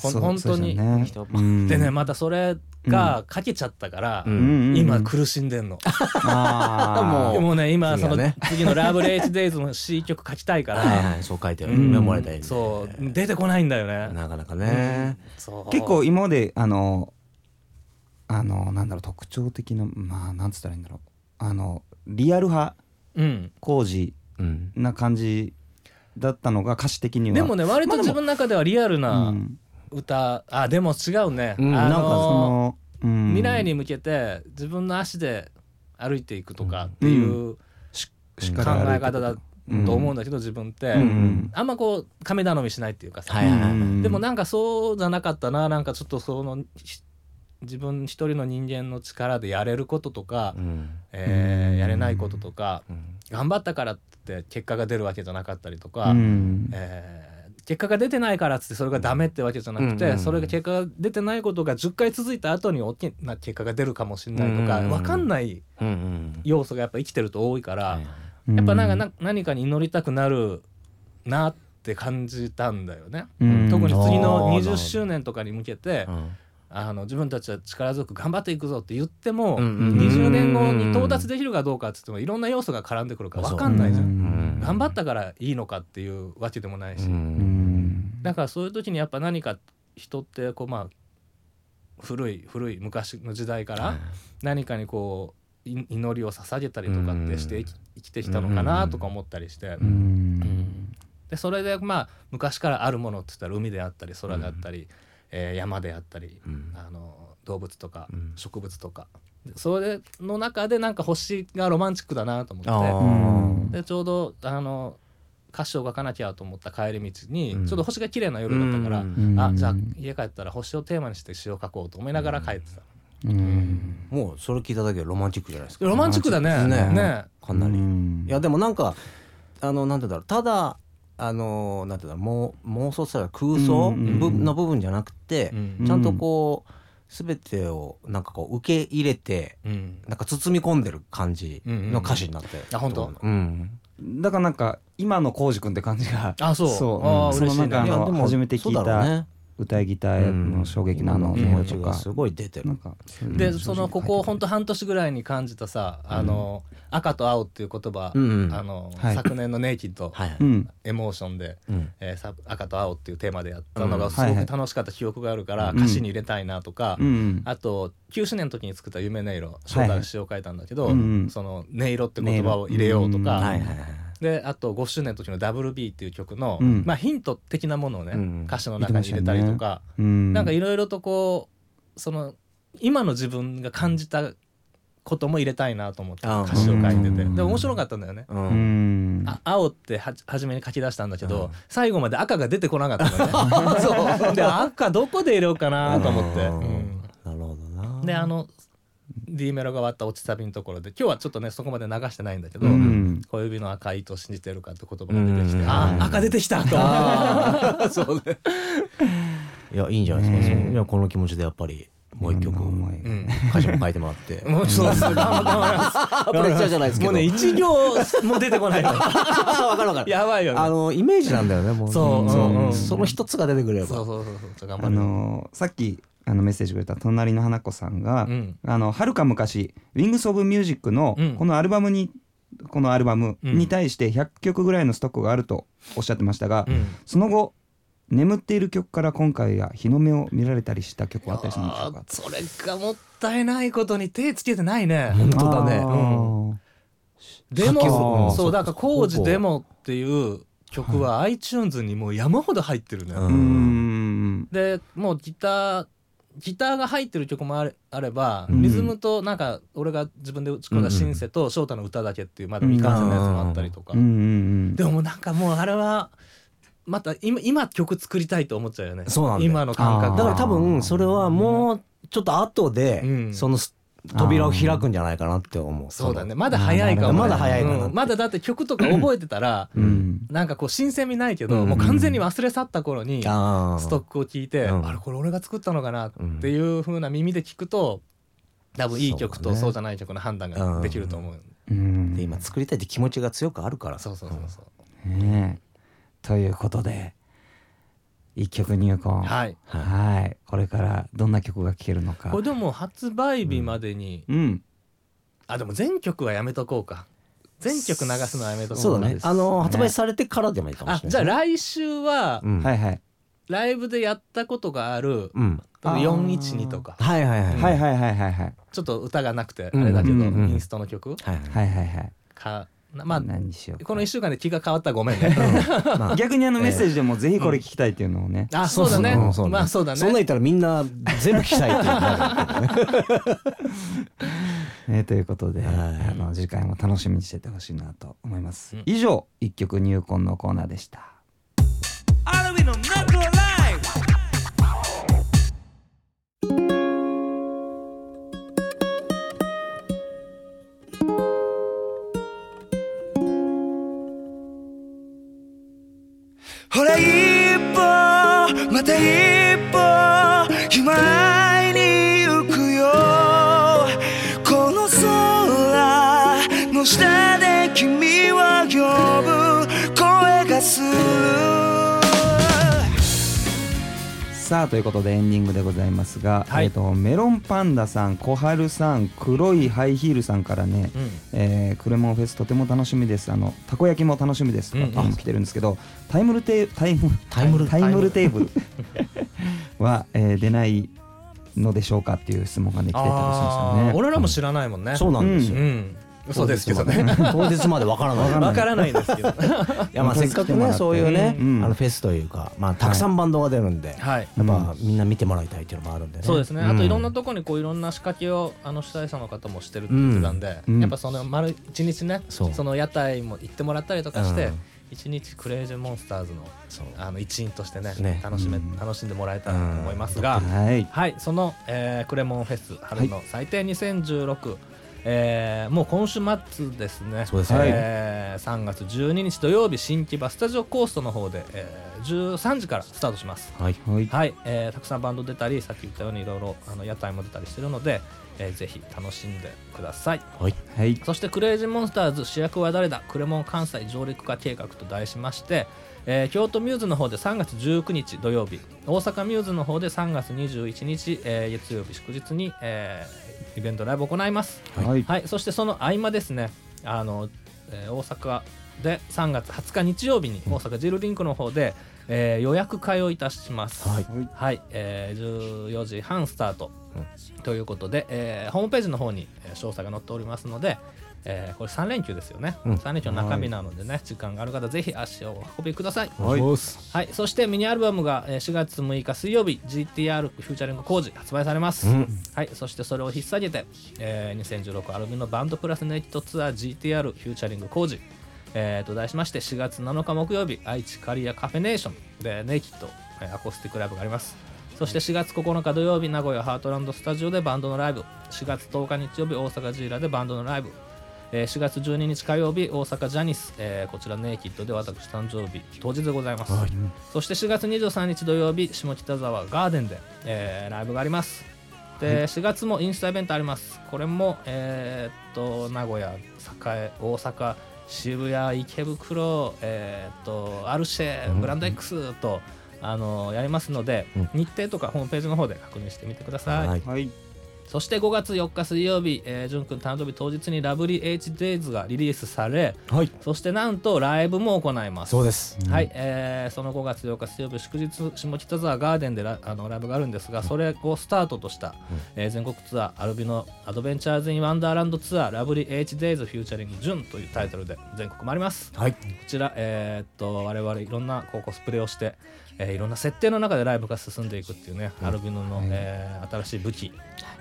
[SPEAKER 2] ほん
[SPEAKER 1] そう
[SPEAKER 2] 本当に
[SPEAKER 1] そうですよね
[SPEAKER 2] でねまたそれが書けちゃったから、
[SPEAKER 3] うん
[SPEAKER 2] 今苦しんでんの、
[SPEAKER 1] あー
[SPEAKER 3] も う
[SPEAKER 2] もうね今
[SPEAKER 3] 次
[SPEAKER 2] そ
[SPEAKER 3] が
[SPEAKER 2] の
[SPEAKER 3] ね
[SPEAKER 2] 次の「ラブレイジデイズの C 曲書きたいから、
[SPEAKER 3] はいはいそう書いてある、
[SPEAKER 1] うん
[SPEAKER 3] メモられたりね
[SPEAKER 2] そう出てこないんだよね
[SPEAKER 3] なかなかね、
[SPEAKER 2] そう
[SPEAKER 1] 結構今まであのあのなんだろう特徴的なまあなんつったらいいんだろうあのリアル派
[SPEAKER 2] うん
[SPEAKER 1] 工事
[SPEAKER 3] うん
[SPEAKER 1] な感じだったのが歌詞的には
[SPEAKER 2] でもね割と自分の中ではリアル
[SPEAKER 1] う
[SPEAKER 2] なん歌、あでも違うね、
[SPEAKER 3] うん
[SPEAKER 2] あ
[SPEAKER 3] なんかそ
[SPEAKER 1] そのうん
[SPEAKER 2] 未来に向けて自分の足で歩いていくとかっていう
[SPEAKER 1] しっか
[SPEAKER 2] 考
[SPEAKER 1] りある
[SPEAKER 2] え方だと思うんだけど自分って、
[SPEAKER 1] うん
[SPEAKER 2] あんまこう亀頼みしないっていうかさ、
[SPEAKER 3] はいはいはい、
[SPEAKER 1] うん
[SPEAKER 2] でもなんかそうじゃなかったななんかちょっとそのひ自分一人の人間の力でやれることとか、
[SPEAKER 3] うん
[SPEAKER 2] え
[SPEAKER 1] う
[SPEAKER 2] ー
[SPEAKER 1] ん
[SPEAKER 2] やれないこととか
[SPEAKER 3] うん
[SPEAKER 2] 頑張ったからって結果が出るわけじゃなかったりとか、
[SPEAKER 1] うん
[SPEAKER 2] えー結果が出てないからっつってそれがダメってわけじゃなくて、
[SPEAKER 3] うん
[SPEAKER 2] それが結果が出てないことが10回続いた後に大きな結果が出るかもしれないとか、
[SPEAKER 3] う
[SPEAKER 2] わ
[SPEAKER 3] ん
[SPEAKER 2] かんない
[SPEAKER 3] うんうん
[SPEAKER 2] 要素がやっぱ生きてると多いから、
[SPEAKER 3] はい
[SPEAKER 2] やっぱなんかな何かに祈りたくなるなって感じたんだよね。
[SPEAKER 1] うん
[SPEAKER 2] 特に次の
[SPEAKER 3] あーなるほど
[SPEAKER 2] 20周年とかに向けて
[SPEAKER 3] うん
[SPEAKER 2] あの自分たちは力強く頑張っていくぞって言っても、
[SPEAKER 3] うんうん
[SPEAKER 2] 20年後に到達できるかどうかって言ってもいろんな要素が絡んでくるから分かんないじゃ。
[SPEAKER 1] うん
[SPEAKER 3] うん
[SPEAKER 2] 頑張ったからいいのかっていうわけでもないし、
[SPEAKER 3] うん
[SPEAKER 1] うん
[SPEAKER 2] だからそういう時にやっぱ何か人ってこうまあ古い古い昔の時代から何かにこうい祈りを捧げたりとかってして生き生きてきたのかなとか思ったりして
[SPEAKER 1] う、ん
[SPEAKER 2] でそれでまあ昔からあるものって言ったら海であったり空であったり、えー山であったり、
[SPEAKER 3] うん
[SPEAKER 2] あの動物とか
[SPEAKER 3] うん
[SPEAKER 2] 植物とか、でそれの中でなんか星がロマンチックだなと思
[SPEAKER 3] あ
[SPEAKER 2] っ
[SPEAKER 1] うん
[SPEAKER 2] てでちょうどあの歌詞を書かなきゃと思った帰り道に、
[SPEAKER 3] うん
[SPEAKER 2] ちょうど星が綺麗な夜だったから、
[SPEAKER 3] うん
[SPEAKER 1] うん
[SPEAKER 2] あじゃあ家帰ったら星をテーマにして詩を書こうと思いながら帰ってた、
[SPEAKER 1] うん
[SPEAKER 3] もうそれ聞いただけでロマンチックじゃないですか
[SPEAKER 2] ロマンチックだね
[SPEAKER 3] ね
[SPEAKER 2] ね
[SPEAKER 3] かなり、
[SPEAKER 1] うん
[SPEAKER 3] いやでもなんかあのなんて言うんだろうただあのなんて言うんだろうもう妄想したら空想
[SPEAKER 1] うんうんうん
[SPEAKER 3] ぶの部分じゃなくて、
[SPEAKER 2] うん
[SPEAKER 3] ちゃんとこう全てをなんかこう受け入れて
[SPEAKER 2] うん
[SPEAKER 3] なんか包み込んでる感じの歌詞になって
[SPEAKER 2] あ本当
[SPEAKER 3] うん
[SPEAKER 1] だからなんか今の浩二君って感じが
[SPEAKER 2] あそう
[SPEAKER 1] そう
[SPEAKER 2] あ
[SPEAKER 1] う
[SPEAKER 2] ー
[SPEAKER 1] んその
[SPEAKER 2] 嬉しいね
[SPEAKER 1] 中
[SPEAKER 3] い
[SPEAKER 1] の
[SPEAKER 3] やでも
[SPEAKER 1] 初めて聞い
[SPEAKER 3] そうだろう
[SPEAKER 1] た
[SPEAKER 3] ね
[SPEAKER 1] 歌いギターの衝撃のあの
[SPEAKER 3] うん
[SPEAKER 1] 音
[SPEAKER 3] 今の
[SPEAKER 1] 楽
[SPEAKER 3] 気
[SPEAKER 1] と
[SPEAKER 3] が
[SPEAKER 1] か
[SPEAKER 3] すごい出てる
[SPEAKER 1] なんかそういう
[SPEAKER 2] で
[SPEAKER 1] の
[SPEAKER 2] そのここほんと半年ぐらいに感じたさ「あの赤と青」っていう言葉、
[SPEAKER 3] うんうん
[SPEAKER 2] あの
[SPEAKER 1] はい
[SPEAKER 2] 昨年の「ネイキッド
[SPEAKER 3] はいはい
[SPEAKER 1] うん
[SPEAKER 2] エモーションで」
[SPEAKER 3] うん
[SPEAKER 2] えーさ赤と青」っていうテーマでやったの
[SPEAKER 3] う
[SPEAKER 2] が
[SPEAKER 3] ん
[SPEAKER 2] す
[SPEAKER 1] は
[SPEAKER 2] ご
[SPEAKER 1] いはい
[SPEAKER 2] く楽しかった記憶があるから、
[SPEAKER 1] うん
[SPEAKER 2] 歌詞に入れたいなとか、
[SPEAKER 1] うん
[SPEAKER 2] あと9周年の時に作った「夢音色」翔太が詩を書いたんだけど、
[SPEAKER 1] はいはいうん
[SPEAKER 2] その「音色」って言葉を入れようとか、
[SPEAKER 1] うん
[SPEAKER 3] はいはいはい
[SPEAKER 2] であと5周年の時の「WB」っていう曲の、
[SPEAKER 1] うん
[SPEAKER 2] まあ、ヒント的なものをね、
[SPEAKER 3] うん
[SPEAKER 2] 歌詞の中に入れたりとか、
[SPEAKER 1] うん
[SPEAKER 2] なんかいろいろとこうその今の自分が感じたことも入れたいなと思って
[SPEAKER 3] あー
[SPEAKER 2] 歌詞を書いててで
[SPEAKER 1] うん
[SPEAKER 2] も面白かったんだよね。
[SPEAKER 3] う
[SPEAKER 1] うんん
[SPEAKER 2] あ青ってはじ初めに書き出したんだけ
[SPEAKER 3] う
[SPEAKER 2] ど
[SPEAKER 3] ん
[SPEAKER 2] 最後まで赤が出てこなかったのねそうで赤どこで入れようかなと思って、
[SPEAKER 3] うん
[SPEAKER 2] うん
[SPEAKER 3] なるほどな
[SPEAKER 2] であの D メロが終わった落ちサビのところで今日はちょっとねそこまで流してないんだけど、
[SPEAKER 1] うん
[SPEAKER 2] 小指の赤い糸を信じてるかって言葉が出てきて、
[SPEAKER 3] うん
[SPEAKER 2] ああ赤出てきたと思ってそうね、
[SPEAKER 3] いやいいんじゃないです
[SPEAKER 1] ね
[SPEAKER 3] か
[SPEAKER 1] え
[SPEAKER 3] そういやこの気持ちでやっぱりもう一曲
[SPEAKER 1] いろんな思いが
[SPEAKER 2] うん、
[SPEAKER 3] 歌詞も書いてもらって
[SPEAKER 2] もうそうそう頑張って
[SPEAKER 3] あプレッシャーじゃないですけ
[SPEAKER 2] も
[SPEAKER 3] ど
[SPEAKER 2] うね一行も出てこないの
[SPEAKER 3] 分かる分か る
[SPEAKER 2] やばいよね
[SPEAKER 3] あのイメージなんだよねもう
[SPEAKER 2] そううんうん
[SPEAKER 3] その一つが出てくれれば
[SPEAKER 2] そうそうそうそう頑張
[SPEAKER 1] あ
[SPEAKER 2] る
[SPEAKER 1] のさっきあのメッセージくれた隣の花子さんが、
[SPEAKER 2] うん
[SPEAKER 1] あの遥か昔「Wings of Music」の
[SPEAKER 2] うん
[SPEAKER 1] このアルバムに、このアルバム
[SPEAKER 2] うん
[SPEAKER 1] に対して100曲ぐらいのストックがあるとおっしゃってましたが、
[SPEAKER 2] うん
[SPEAKER 1] その後眠っている曲から今回は日の目を見られたりした曲はあったりしたんでしょ
[SPEAKER 2] あ
[SPEAKER 1] うか
[SPEAKER 2] ーそれがもったいないことに手つけてないね
[SPEAKER 3] 本当だね
[SPEAKER 1] あー
[SPEAKER 2] で
[SPEAKER 3] さっき
[SPEAKER 2] も
[SPEAKER 3] も
[SPEAKER 2] そうだから「工事
[SPEAKER 3] そう
[SPEAKER 2] デモ」っていう曲は iTunes にもう山ほど入ってるね、
[SPEAKER 3] うん
[SPEAKER 1] うーん
[SPEAKER 2] でもうギターギターが入ってる曲もあれあれば、
[SPEAKER 1] うん
[SPEAKER 2] リズムとなんか俺が自分で打ち込んだシンセと翔太の歌だけっていうまだ未完成のやつもあったりとか、
[SPEAKER 1] うんうん
[SPEAKER 2] でももうなんかもうあれはまた今今曲作りたいと思っちゃうよね
[SPEAKER 3] そうなんだよ
[SPEAKER 2] 今の感覚
[SPEAKER 1] あー
[SPEAKER 3] だから多分それはもうちょっと後で、
[SPEAKER 2] うん
[SPEAKER 3] そのす扉を開くんじゃないかなって思う
[SPEAKER 2] そうだねまだ早いかも、
[SPEAKER 3] まだ早いかな
[SPEAKER 2] うんまだだって曲とか覚えてたら
[SPEAKER 1] うんうん
[SPEAKER 2] なんかこう新鮮味ないけど、
[SPEAKER 3] うん
[SPEAKER 2] もう完全に忘れ去った頃に
[SPEAKER 3] あー
[SPEAKER 2] ストックを聞いて、
[SPEAKER 3] うん
[SPEAKER 2] あれこれ俺が作ったのかなっていう風な耳で聞くと多分いい曲
[SPEAKER 3] そうだ
[SPEAKER 2] と
[SPEAKER 3] ね
[SPEAKER 2] そうじゃない曲の判断ができると思う、
[SPEAKER 1] うん
[SPEAKER 3] で今作りたいって気持ちが強くあるから
[SPEAKER 2] そうそうそうそう、
[SPEAKER 1] ねえということで一曲入魂
[SPEAKER 2] はい
[SPEAKER 1] はいこれからどんな曲が聴けるのか
[SPEAKER 2] これでも発売日までに、
[SPEAKER 1] うん
[SPEAKER 2] あでも全曲はやめとこうか全曲流すのはやめとこうか
[SPEAKER 3] そうだ
[SPEAKER 1] そうなん
[SPEAKER 3] ね
[SPEAKER 1] です
[SPEAKER 3] あの発売されてからでもいいかも
[SPEAKER 2] あ
[SPEAKER 3] しれ
[SPEAKER 2] じ
[SPEAKER 3] な
[SPEAKER 2] ゃ
[SPEAKER 3] い、
[SPEAKER 2] あ来週は
[SPEAKER 3] うん
[SPEAKER 1] はいはい
[SPEAKER 2] ライブでやったことがある
[SPEAKER 3] うん
[SPEAKER 2] 多分412とか
[SPEAKER 3] はいはいはい
[SPEAKER 1] はいはいはいはいはい
[SPEAKER 2] ちょっと歌がなくてあれだけど、
[SPEAKER 1] うんうんうん
[SPEAKER 2] インストの曲
[SPEAKER 3] はいは
[SPEAKER 1] は
[SPEAKER 3] い
[SPEAKER 1] いはいはい
[SPEAKER 2] かなまあ
[SPEAKER 1] 何にしようか
[SPEAKER 2] この1週間で気が変わったらごめんね
[SPEAKER 3] まあ
[SPEAKER 1] 逆にあのメッセージでもぜひこれ聞きたいっていうのをね
[SPEAKER 2] あそうだね
[SPEAKER 3] んん
[SPEAKER 2] まあそうだね
[SPEAKER 3] そんなん言ったらみんな全部聞きたいっていう
[SPEAKER 1] えーということで
[SPEAKER 3] はい
[SPEAKER 1] あの次回も楽しみにしててほしいなと思います
[SPEAKER 2] うん
[SPEAKER 1] 以上一曲入魂のコーナーでした
[SPEAKER 5] ほら一歩また一歩今会いに行くよこの空の下で君は呼ぶ声がする
[SPEAKER 1] さあということでエンディングでございますが、
[SPEAKER 2] はい
[SPEAKER 1] えー、とメロンパンダさん小春さん黒いハイヒールさんからね、
[SPEAKER 2] うん
[SPEAKER 1] えークレモンフェスとても楽しみですあのたこ焼きも楽しみですとか、
[SPEAKER 2] うんうん
[SPEAKER 1] 来てるんですけどタイムルテータイム
[SPEAKER 3] タイムル
[SPEAKER 1] タイムルテーブ ルは、えー出ないのでしょうかっていう質問がね来てたりしました
[SPEAKER 2] あー
[SPEAKER 1] ね。
[SPEAKER 2] 俺らも知らないもんね、
[SPEAKER 3] そうなんです
[SPEAKER 2] う
[SPEAKER 3] よ、
[SPEAKER 2] ん嘘ですけどね
[SPEAKER 3] 当日までわからない
[SPEAKER 2] わからないですけど
[SPEAKER 3] いやまあせっかくねそういうね、
[SPEAKER 1] うん
[SPEAKER 3] あのフェスというか、まあ、たくさんバンドが出るんで、
[SPEAKER 2] はい
[SPEAKER 3] やっぱみんな見てもらいたいっていうのもあるんでね
[SPEAKER 2] そうですねあといろんな
[SPEAKER 3] う
[SPEAKER 2] とこにこういろんな仕掛けをあの主催者の方もしてるって言ってたんで、
[SPEAKER 1] うん
[SPEAKER 2] やっぱその丸一日ね
[SPEAKER 3] そ
[SPEAKER 2] そうの屋台も行ってもらったりとかして、
[SPEAKER 3] うん
[SPEAKER 2] 一日クレイジーモンスターズの
[SPEAKER 3] そう
[SPEAKER 2] あの一員としてね
[SPEAKER 3] ね
[SPEAKER 2] 楽しめ、
[SPEAKER 1] うん
[SPEAKER 2] 楽しんでもらえたらと思いますが、
[SPEAKER 1] はい
[SPEAKER 2] はいその、えークレモンフェス春の祭典2016、えーもう今週末ですね
[SPEAKER 3] そうですね
[SPEAKER 2] えー3月12日土曜日新木場スタジオコーストの方で、えー13時からスタートします
[SPEAKER 3] はい
[SPEAKER 1] はい
[SPEAKER 2] はい、えーたくさんバンド出たりさっき言ったようにいろいろあの屋台も出たりしてるので、えーぜひ楽しんでください
[SPEAKER 3] はい
[SPEAKER 1] はい
[SPEAKER 2] そしてクレイジーモンスターズ主役は誰だクレモン関西上陸化計画と題しまして、えー京都ミューズの方で3月19日土曜日大阪ミューズの方で3月21日、えー月曜日祝日に、えーイベントライブを行います
[SPEAKER 1] はい
[SPEAKER 2] はい、そしてその合間ですねあの、えー大阪で3月20日日曜日に大阪ジルリンクの方で、えー予約会をいたします。
[SPEAKER 3] はい
[SPEAKER 1] はい
[SPEAKER 2] はいえー14時半スタート、
[SPEAKER 3] う
[SPEAKER 2] ということで、えーホームページの方にえー詳細が載っておりますので、えーこれ3連休ですよね、
[SPEAKER 3] うん
[SPEAKER 2] 3連休の中身なのでね、時間がある方ぜひ足をお運びください、
[SPEAKER 1] はい
[SPEAKER 3] お願いします
[SPEAKER 2] はい、そしてミニアルバムがえー4月6日水曜日 GTR フューチャリング工事発売されます、
[SPEAKER 3] うん
[SPEAKER 2] はい、そしてそれを引っ提げて、えー2016アルバムのバンドプラスネイトツアー GTR フューチャリング工事、えーと題しまして4月7日木曜日愛知カリアカフェネーションでネイキッドえーアコースティックライブがありますそして4月9日土曜日名古屋ハートランドスタジオでバンドのライブ4月10日日曜日大阪ジーラでバンドのライブえー4月12日火曜日大阪ジャニス、えーこちらネイキッドで私誕生日当日でございます、そして4月23日土曜日下北沢ガーデンで、えーライブがありますで、4月もインスタイベントありますこれもえーっと名古屋栄大阪渋谷池袋えーっとアルシェブランド X と、あのやりますので、
[SPEAKER 3] うん
[SPEAKER 2] 日程とかホームページの方で確認してみてください、
[SPEAKER 3] はい
[SPEAKER 1] はい
[SPEAKER 2] そして5月4日水曜日、えー、じゅんくん誕生日当日にラブリー HDays がリリースされ、
[SPEAKER 3] はい
[SPEAKER 2] そしてなんとライブも行います。
[SPEAKER 3] そうです
[SPEAKER 2] はい、えーその5月8日水曜日祝日下北沢ガーデンでラあのライブがあるんですがそれをスタートとした、えー全国ツアーアルビノアドベンチャーズ・イン・ワンダーランドツアーラブリー HDays フューチャリング・ジュンというタイトルで全国回ります
[SPEAKER 3] はい
[SPEAKER 2] こちら、えーっと我々いろんなこうコスプレをして、えーいろんな設定の中でライブが進んでいくっていうね、アルビノの、えー新しい武器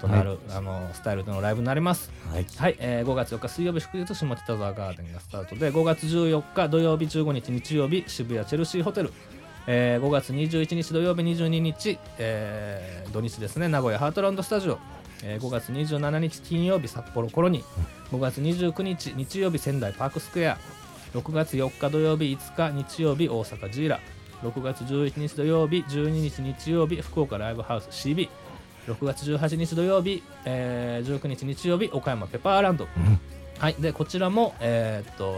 [SPEAKER 2] となる、あのスタイルでのライブになります。
[SPEAKER 3] はい
[SPEAKER 2] はい、えー5月4日水曜日祝日下北沢ガーデンがスタートで5月14日土曜日15日日曜日渋谷チェルシーホテル、えー5月21日土曜日22日、えー土日ですね名古屋ハートランドスタジオ、えー5月27日金曜日札幌コロニー5月29日日曜日仙台パークスクエア6月4日土曜日5日日曜日大阪ジーラ6月11日土曜日12日日曜日福岡ライブハウス CB6 月18日土曜日、えー19日日曜日岡山ペパーランド、はいでこちらもえーっと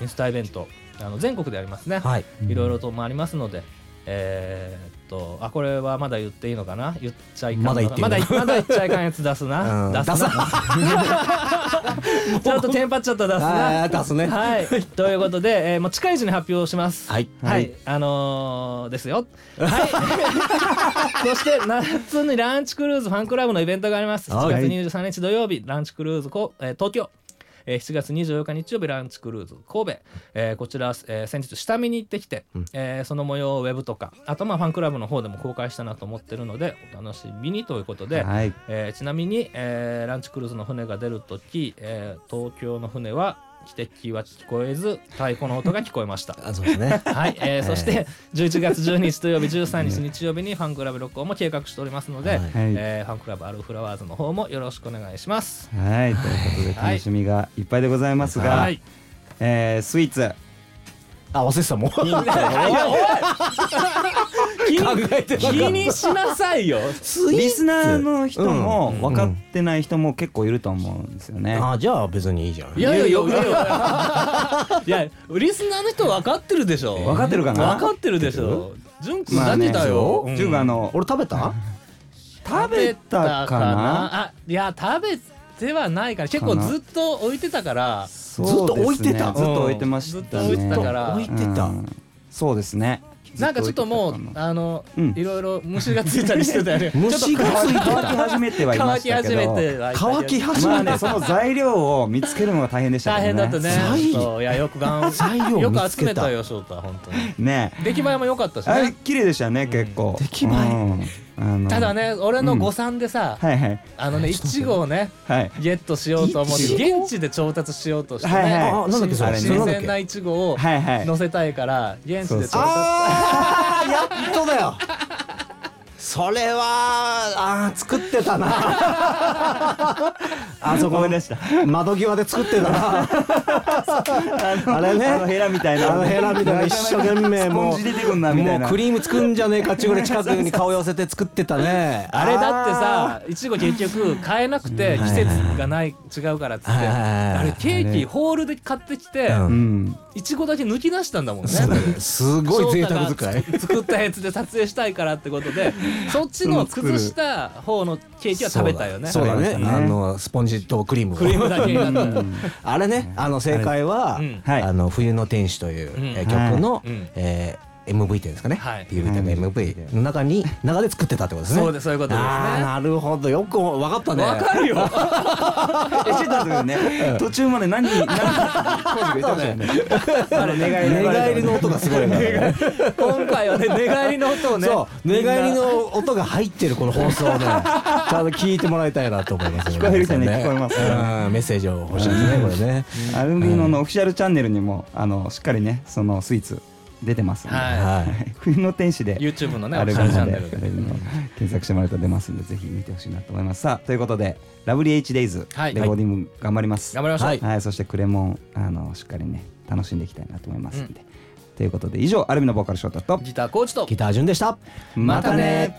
[SPEAKER 2] インスタイベントあの全国でありますね、
[SPEAKER 3] はい
[SPEAKER 2] いろいろともありますので、えーっとあこれはまだ言っていいのかな言っちゃいかんのか
[SPEAKER 3] まだ言っていい
[SPEAKER 2] ま
[SPEAKER 3] の
[SPEAKER 2] だまだ言っちゃいかんやつ出す
[SPEAKER 3] う
[SPEAKER 2] なん出すな ちょっとテンパっちゃった出すな
[SPEAKER 3] あー出すね
[SPEAKER 2] はいということで、えーもう近いうちに発表します
[SPEAKER 3] はい
[SPEAKER 2] はい、あのーですよはい そして夏にランチクルーズファンクラブのイベントがあります7
[SPEAKER 3] はい
[SPEAKER 2] 月23日土曜日ランチクルーズこ、えー東京えー7月24日日曜日ランチクルーズ神戸、えーこちら、えー先日下見に行ってきて、えーその模様をウェブとかあとまあファンクラブの方でも公開したなと思ってるのでお楽しみにということで、
[SPEAKER 1] はい
[SPEAKER 2] えーちなみに、えーランチクルーズの船が出るとき、えー東京の船は汽笛は聞こえず太鼓の音が聞こえました
[SPEAKER 3] 。あそうですね
[SPEAKER 2] はい、えーそして11月12日土曜日13日日曜日にファンクラブ録音も計画しておりますので、
[SPEAKER 3] はい
[SPEAKER 2] えーファンクラブアルフラワーズの方もよろしくお願いします。
[SPEAKER 1] はいということで
[SPEAKER 2] はい
[SPEAKER 1] 楽しみがいっぱいでございますが、
[SPEAKER 2] は い、
[SPEAKER 1] えースイーツ
[SPEAKER 3] あ忘れてたもう 考えてなかった
[SPEAKER 2] 気にしなさいよ。
[SPEAKER 3] スイーツ
[SPEAKER 1] リスナーの人も
[SPEAKER 3] うん
[SPEAKER 1] 分かってない人も結構いると思うんですよね。
[SPEAKER 3] あじゃあ別にいいじゃん
[SPEAKER 2] いやいやいやいやいやいやリスナーの人分かってるでしょ。
[SPEAKER 1] 分かってるかな
[SPEAKER 2] 分かってるでしょ。純君
[SPEAKER 1] ま
[SPEAKER 2] だ
[SPEAKER 1] あ
[SPEAKER 2] っ
[SPEAKER 1] ね
[SPEAKER 2] てたよ。うん
[SPEAKER 1] ジュンがあの
[SPEAKER 3] 俺食べた
[SPEAKER 1] 食べたかな
[SPEAKER 2] あいや食べてはないから結構
[SPEAKER 1] かな
[SPEAKER 2] ずっと置いてたから
[SPEAKER 1] そうですね
[SPEAKER 3] ずっと置いてた
[SPEAKER 1] ずっと置いてまし
[SPEAKER 2] ずったと
[SPEAKER 1] ね
[SPEAKER 2] 置いてたから
[SPEAKER 3] 置いてた
[SPEAKER 1] うんそうですね
[SPEAKER 2] なんかちょっともう
[SPEAKER 1] ずっと置いてたかな
[SPEAKER 2] あの、
[SPEAKER 1] うん
[SPEAKER 2] いろいろ虫がついたりしてたよね
[SPEAKER 3] 虫がついて
[SPEAKER 1] 乾き
[SPEAKER 3] た
[SPEAKER 1] 始めてはいま
[SPEAKER 2] 乾
[SPEAKER 1] し
[SPEAKER 2] き
[SPEAKER 1] たけ
[SPEAKER 2] 始
[SPEAKER 1] ど
[SPEAKER 2] めてはいたけど
[SPEAKER 3] 乾き始
[SPEAKER 1] ま
[SPEAKER 3] め
[SPEAKER 1] あ
[SPEAKER 3] て
[SPEAKER 1] ねその材料を見つけるのが大変でした
[SPEAKER 2] 大
[SPEAKER 1] け
[SPEAKER 2] 変
[SPEAKER 1] どね
[SPEAKER 2] だったね
[SPEAKER 3] 材料
[SPEAKER 2] そういやよくがん
[SPEAKER 3] 材料見つけ
[SPEAKER 2] よく集
[SPEAKER 3] た
[SPEAKER 2] めたよ翔太本当に
[SPEAKER 1] ね
[SPEAKER 2] 出来栄えも良かったし
[SPEAKER 1] あれ
[SPEAKER 2] ね
[SPEAKER 1] 綺麗でしたね結構
[SPEAKER 3] 出来栄え
[SPEAKER 1] うんあの
[SPEAKER 2] ただね俺の誤算でさ、
[SPEAKER 1] はいはい
[SPEAKER 2] あのねいちごをね
[SPEAKER 1] はい
[SPEAKER 2] ゲットしようと思って
[SPEAKER 3] いちご
[SPEAKER 2] 現地で調達しようとしてね、
[SPEAKER 1] はいはい
[SPEAKER 3] あなんだっけそれ
[SPEAKER 1] 新
[SPEAKER 2] 新
[SPEAKER 3] それなん
[SPEAKER 2] 鮮
[SPEAKER 3] だ
[SPEAKER 2] な
[SPEAKER 3] っけ
[SPEAKER 2] いちごを
[SPEAKER 1] はいはい
[SPEAKER 2] 乗せたいから現地で調達
[SPEAKER 3] あー やっとだよそれはあー作ってたなあそこ
[SPEAKER 1] 思い出した
[SPEAKER 3] 窓際で作ってたなあれね
[SPEAKER 1] あのヘラみたいな
[SPEAKER 3] あのヘラみたいな一生懸命もう
[SPEAKER 1] スポンジ出てくんなみたいな
[SPEAKER 3] もうクリーム作んじゃねえかっちゅうぐらい近くに顔寄せて作ってたね
[SPEAKER 2] あれだってさいちご結局買えなくて季節がない違うからっつって
[SPEAKER 3] はいはいはいはい
[SPEAKER 2] あれケーキホールで買ってきて
[SPEAKER 3] うん
[SPEAKER 1] うん
[SPEAKER 2] いちごだけ抜き出したんだもんね
[SPEAKER 3] すごい贅沢
[SPEAKER 2] 翔
[SPEAKER 3] 使
[SPEAKER 2] 太
[SPEAKER 3] い
[SPEAKER 2] が作ったやつで撮影したいからってことでそっちの崩した方のケーキは食べたよね
[SPEAKER 3] そうだそうだ
[SPEAKER 1] 食
[SPEAKER 3] ね
[SPEAKER 1] べました
[SPEAKER 3] あ
[SPEAKER 1] ね
[SPEAKER 3] のスポンジとクリームを
[SPEAKER 2] クリームだけになったんだ
[SPEAKER 3] あれねあの正解は
[SPEAKER 2] うん
[SPEAKER 3] 「あの冬の天使」という
[SPEAKER 2] うん
[SPEAKER 3] えー曲の
[SPEAKER 2] うん
[SPEAKER 3] えー MV っていうんですかね
[SPEAKER 2] はい
[SPEAKER 3] PV というか MV の中に中で作ってたってことですね
[SPEAKER 2] そうですそういうことですね
[SPEAKER 3] あーなるほどよく分かったね
[SPEAKER 2] わかるよ
[SPEAKER 1] えしてたんだけどね途中まで何 何工事が言ってましたよねあれ寝返り
[SPEAKER 3] 寝返りの音がすごいな
[SPEAKER 2] 今回はね寝返りの音をね
[SPEAKER 3] そう寝返りの音が入ってるこの放送 ねちゃんと聞いてもらいたいなと思いますね
[SPEAKER 1] 聞こえる人には聞こえますね
[SPEAKER 3] うんメッセージを欲しいですねこれね
[SPEAKER 1] アルビノのオフィシャルチャンネルにもあのしっかりねそのスイーツ出てますんで、
[SPEAKER 2] は
[SPEAKER 3] はい
[SPEAKER 1] い、冬の天使で
[SPEAKER 2] い YouTube のね
[SPEAKER 1] アルビ
[SPEAKER 2] オフィシャ
[SPEAKER 1] ノ
[SPEAKER 2] ル
[SPEAKER 1] で
[SPEAKER 2] チャンネル
[SPEAKER 1] ア
[SPEAKER 2] で
[SPEAKER 1] ルビノ検索してもらうと出ますんでぜひ見てほしいなと思いますさあということで「ラブリー HDAYS
[SPEAKER 2] は」い
[SPEAKER 1] レコーディング頑張ります、
[SPEAKER 2] 頑張りましょう
[SPEAKER 3] はい
[SPEAKER 1] はい、そしてクレモンあのしっかりね楽しんでいきたいなと思いますんで、ということで以上アルミのボーカル翔太と
[SPEAKER 2] ギターコーチと
[SPEAKER 3] ギター順でした
[SPEAKER 1] またね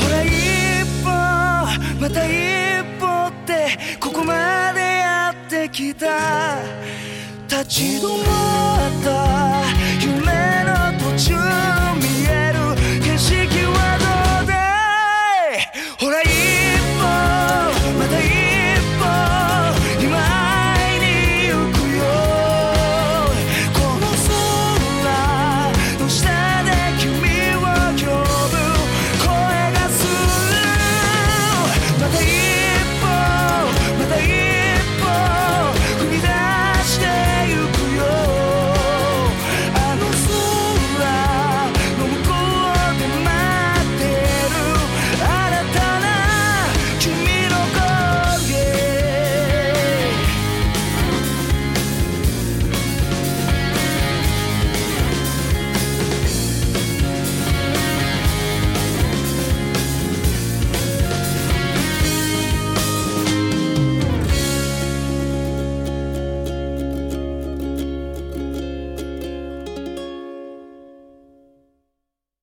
[SPEAKER 5] ほら一歩また一歩ってここまでやってきた立ち止まった夢の途中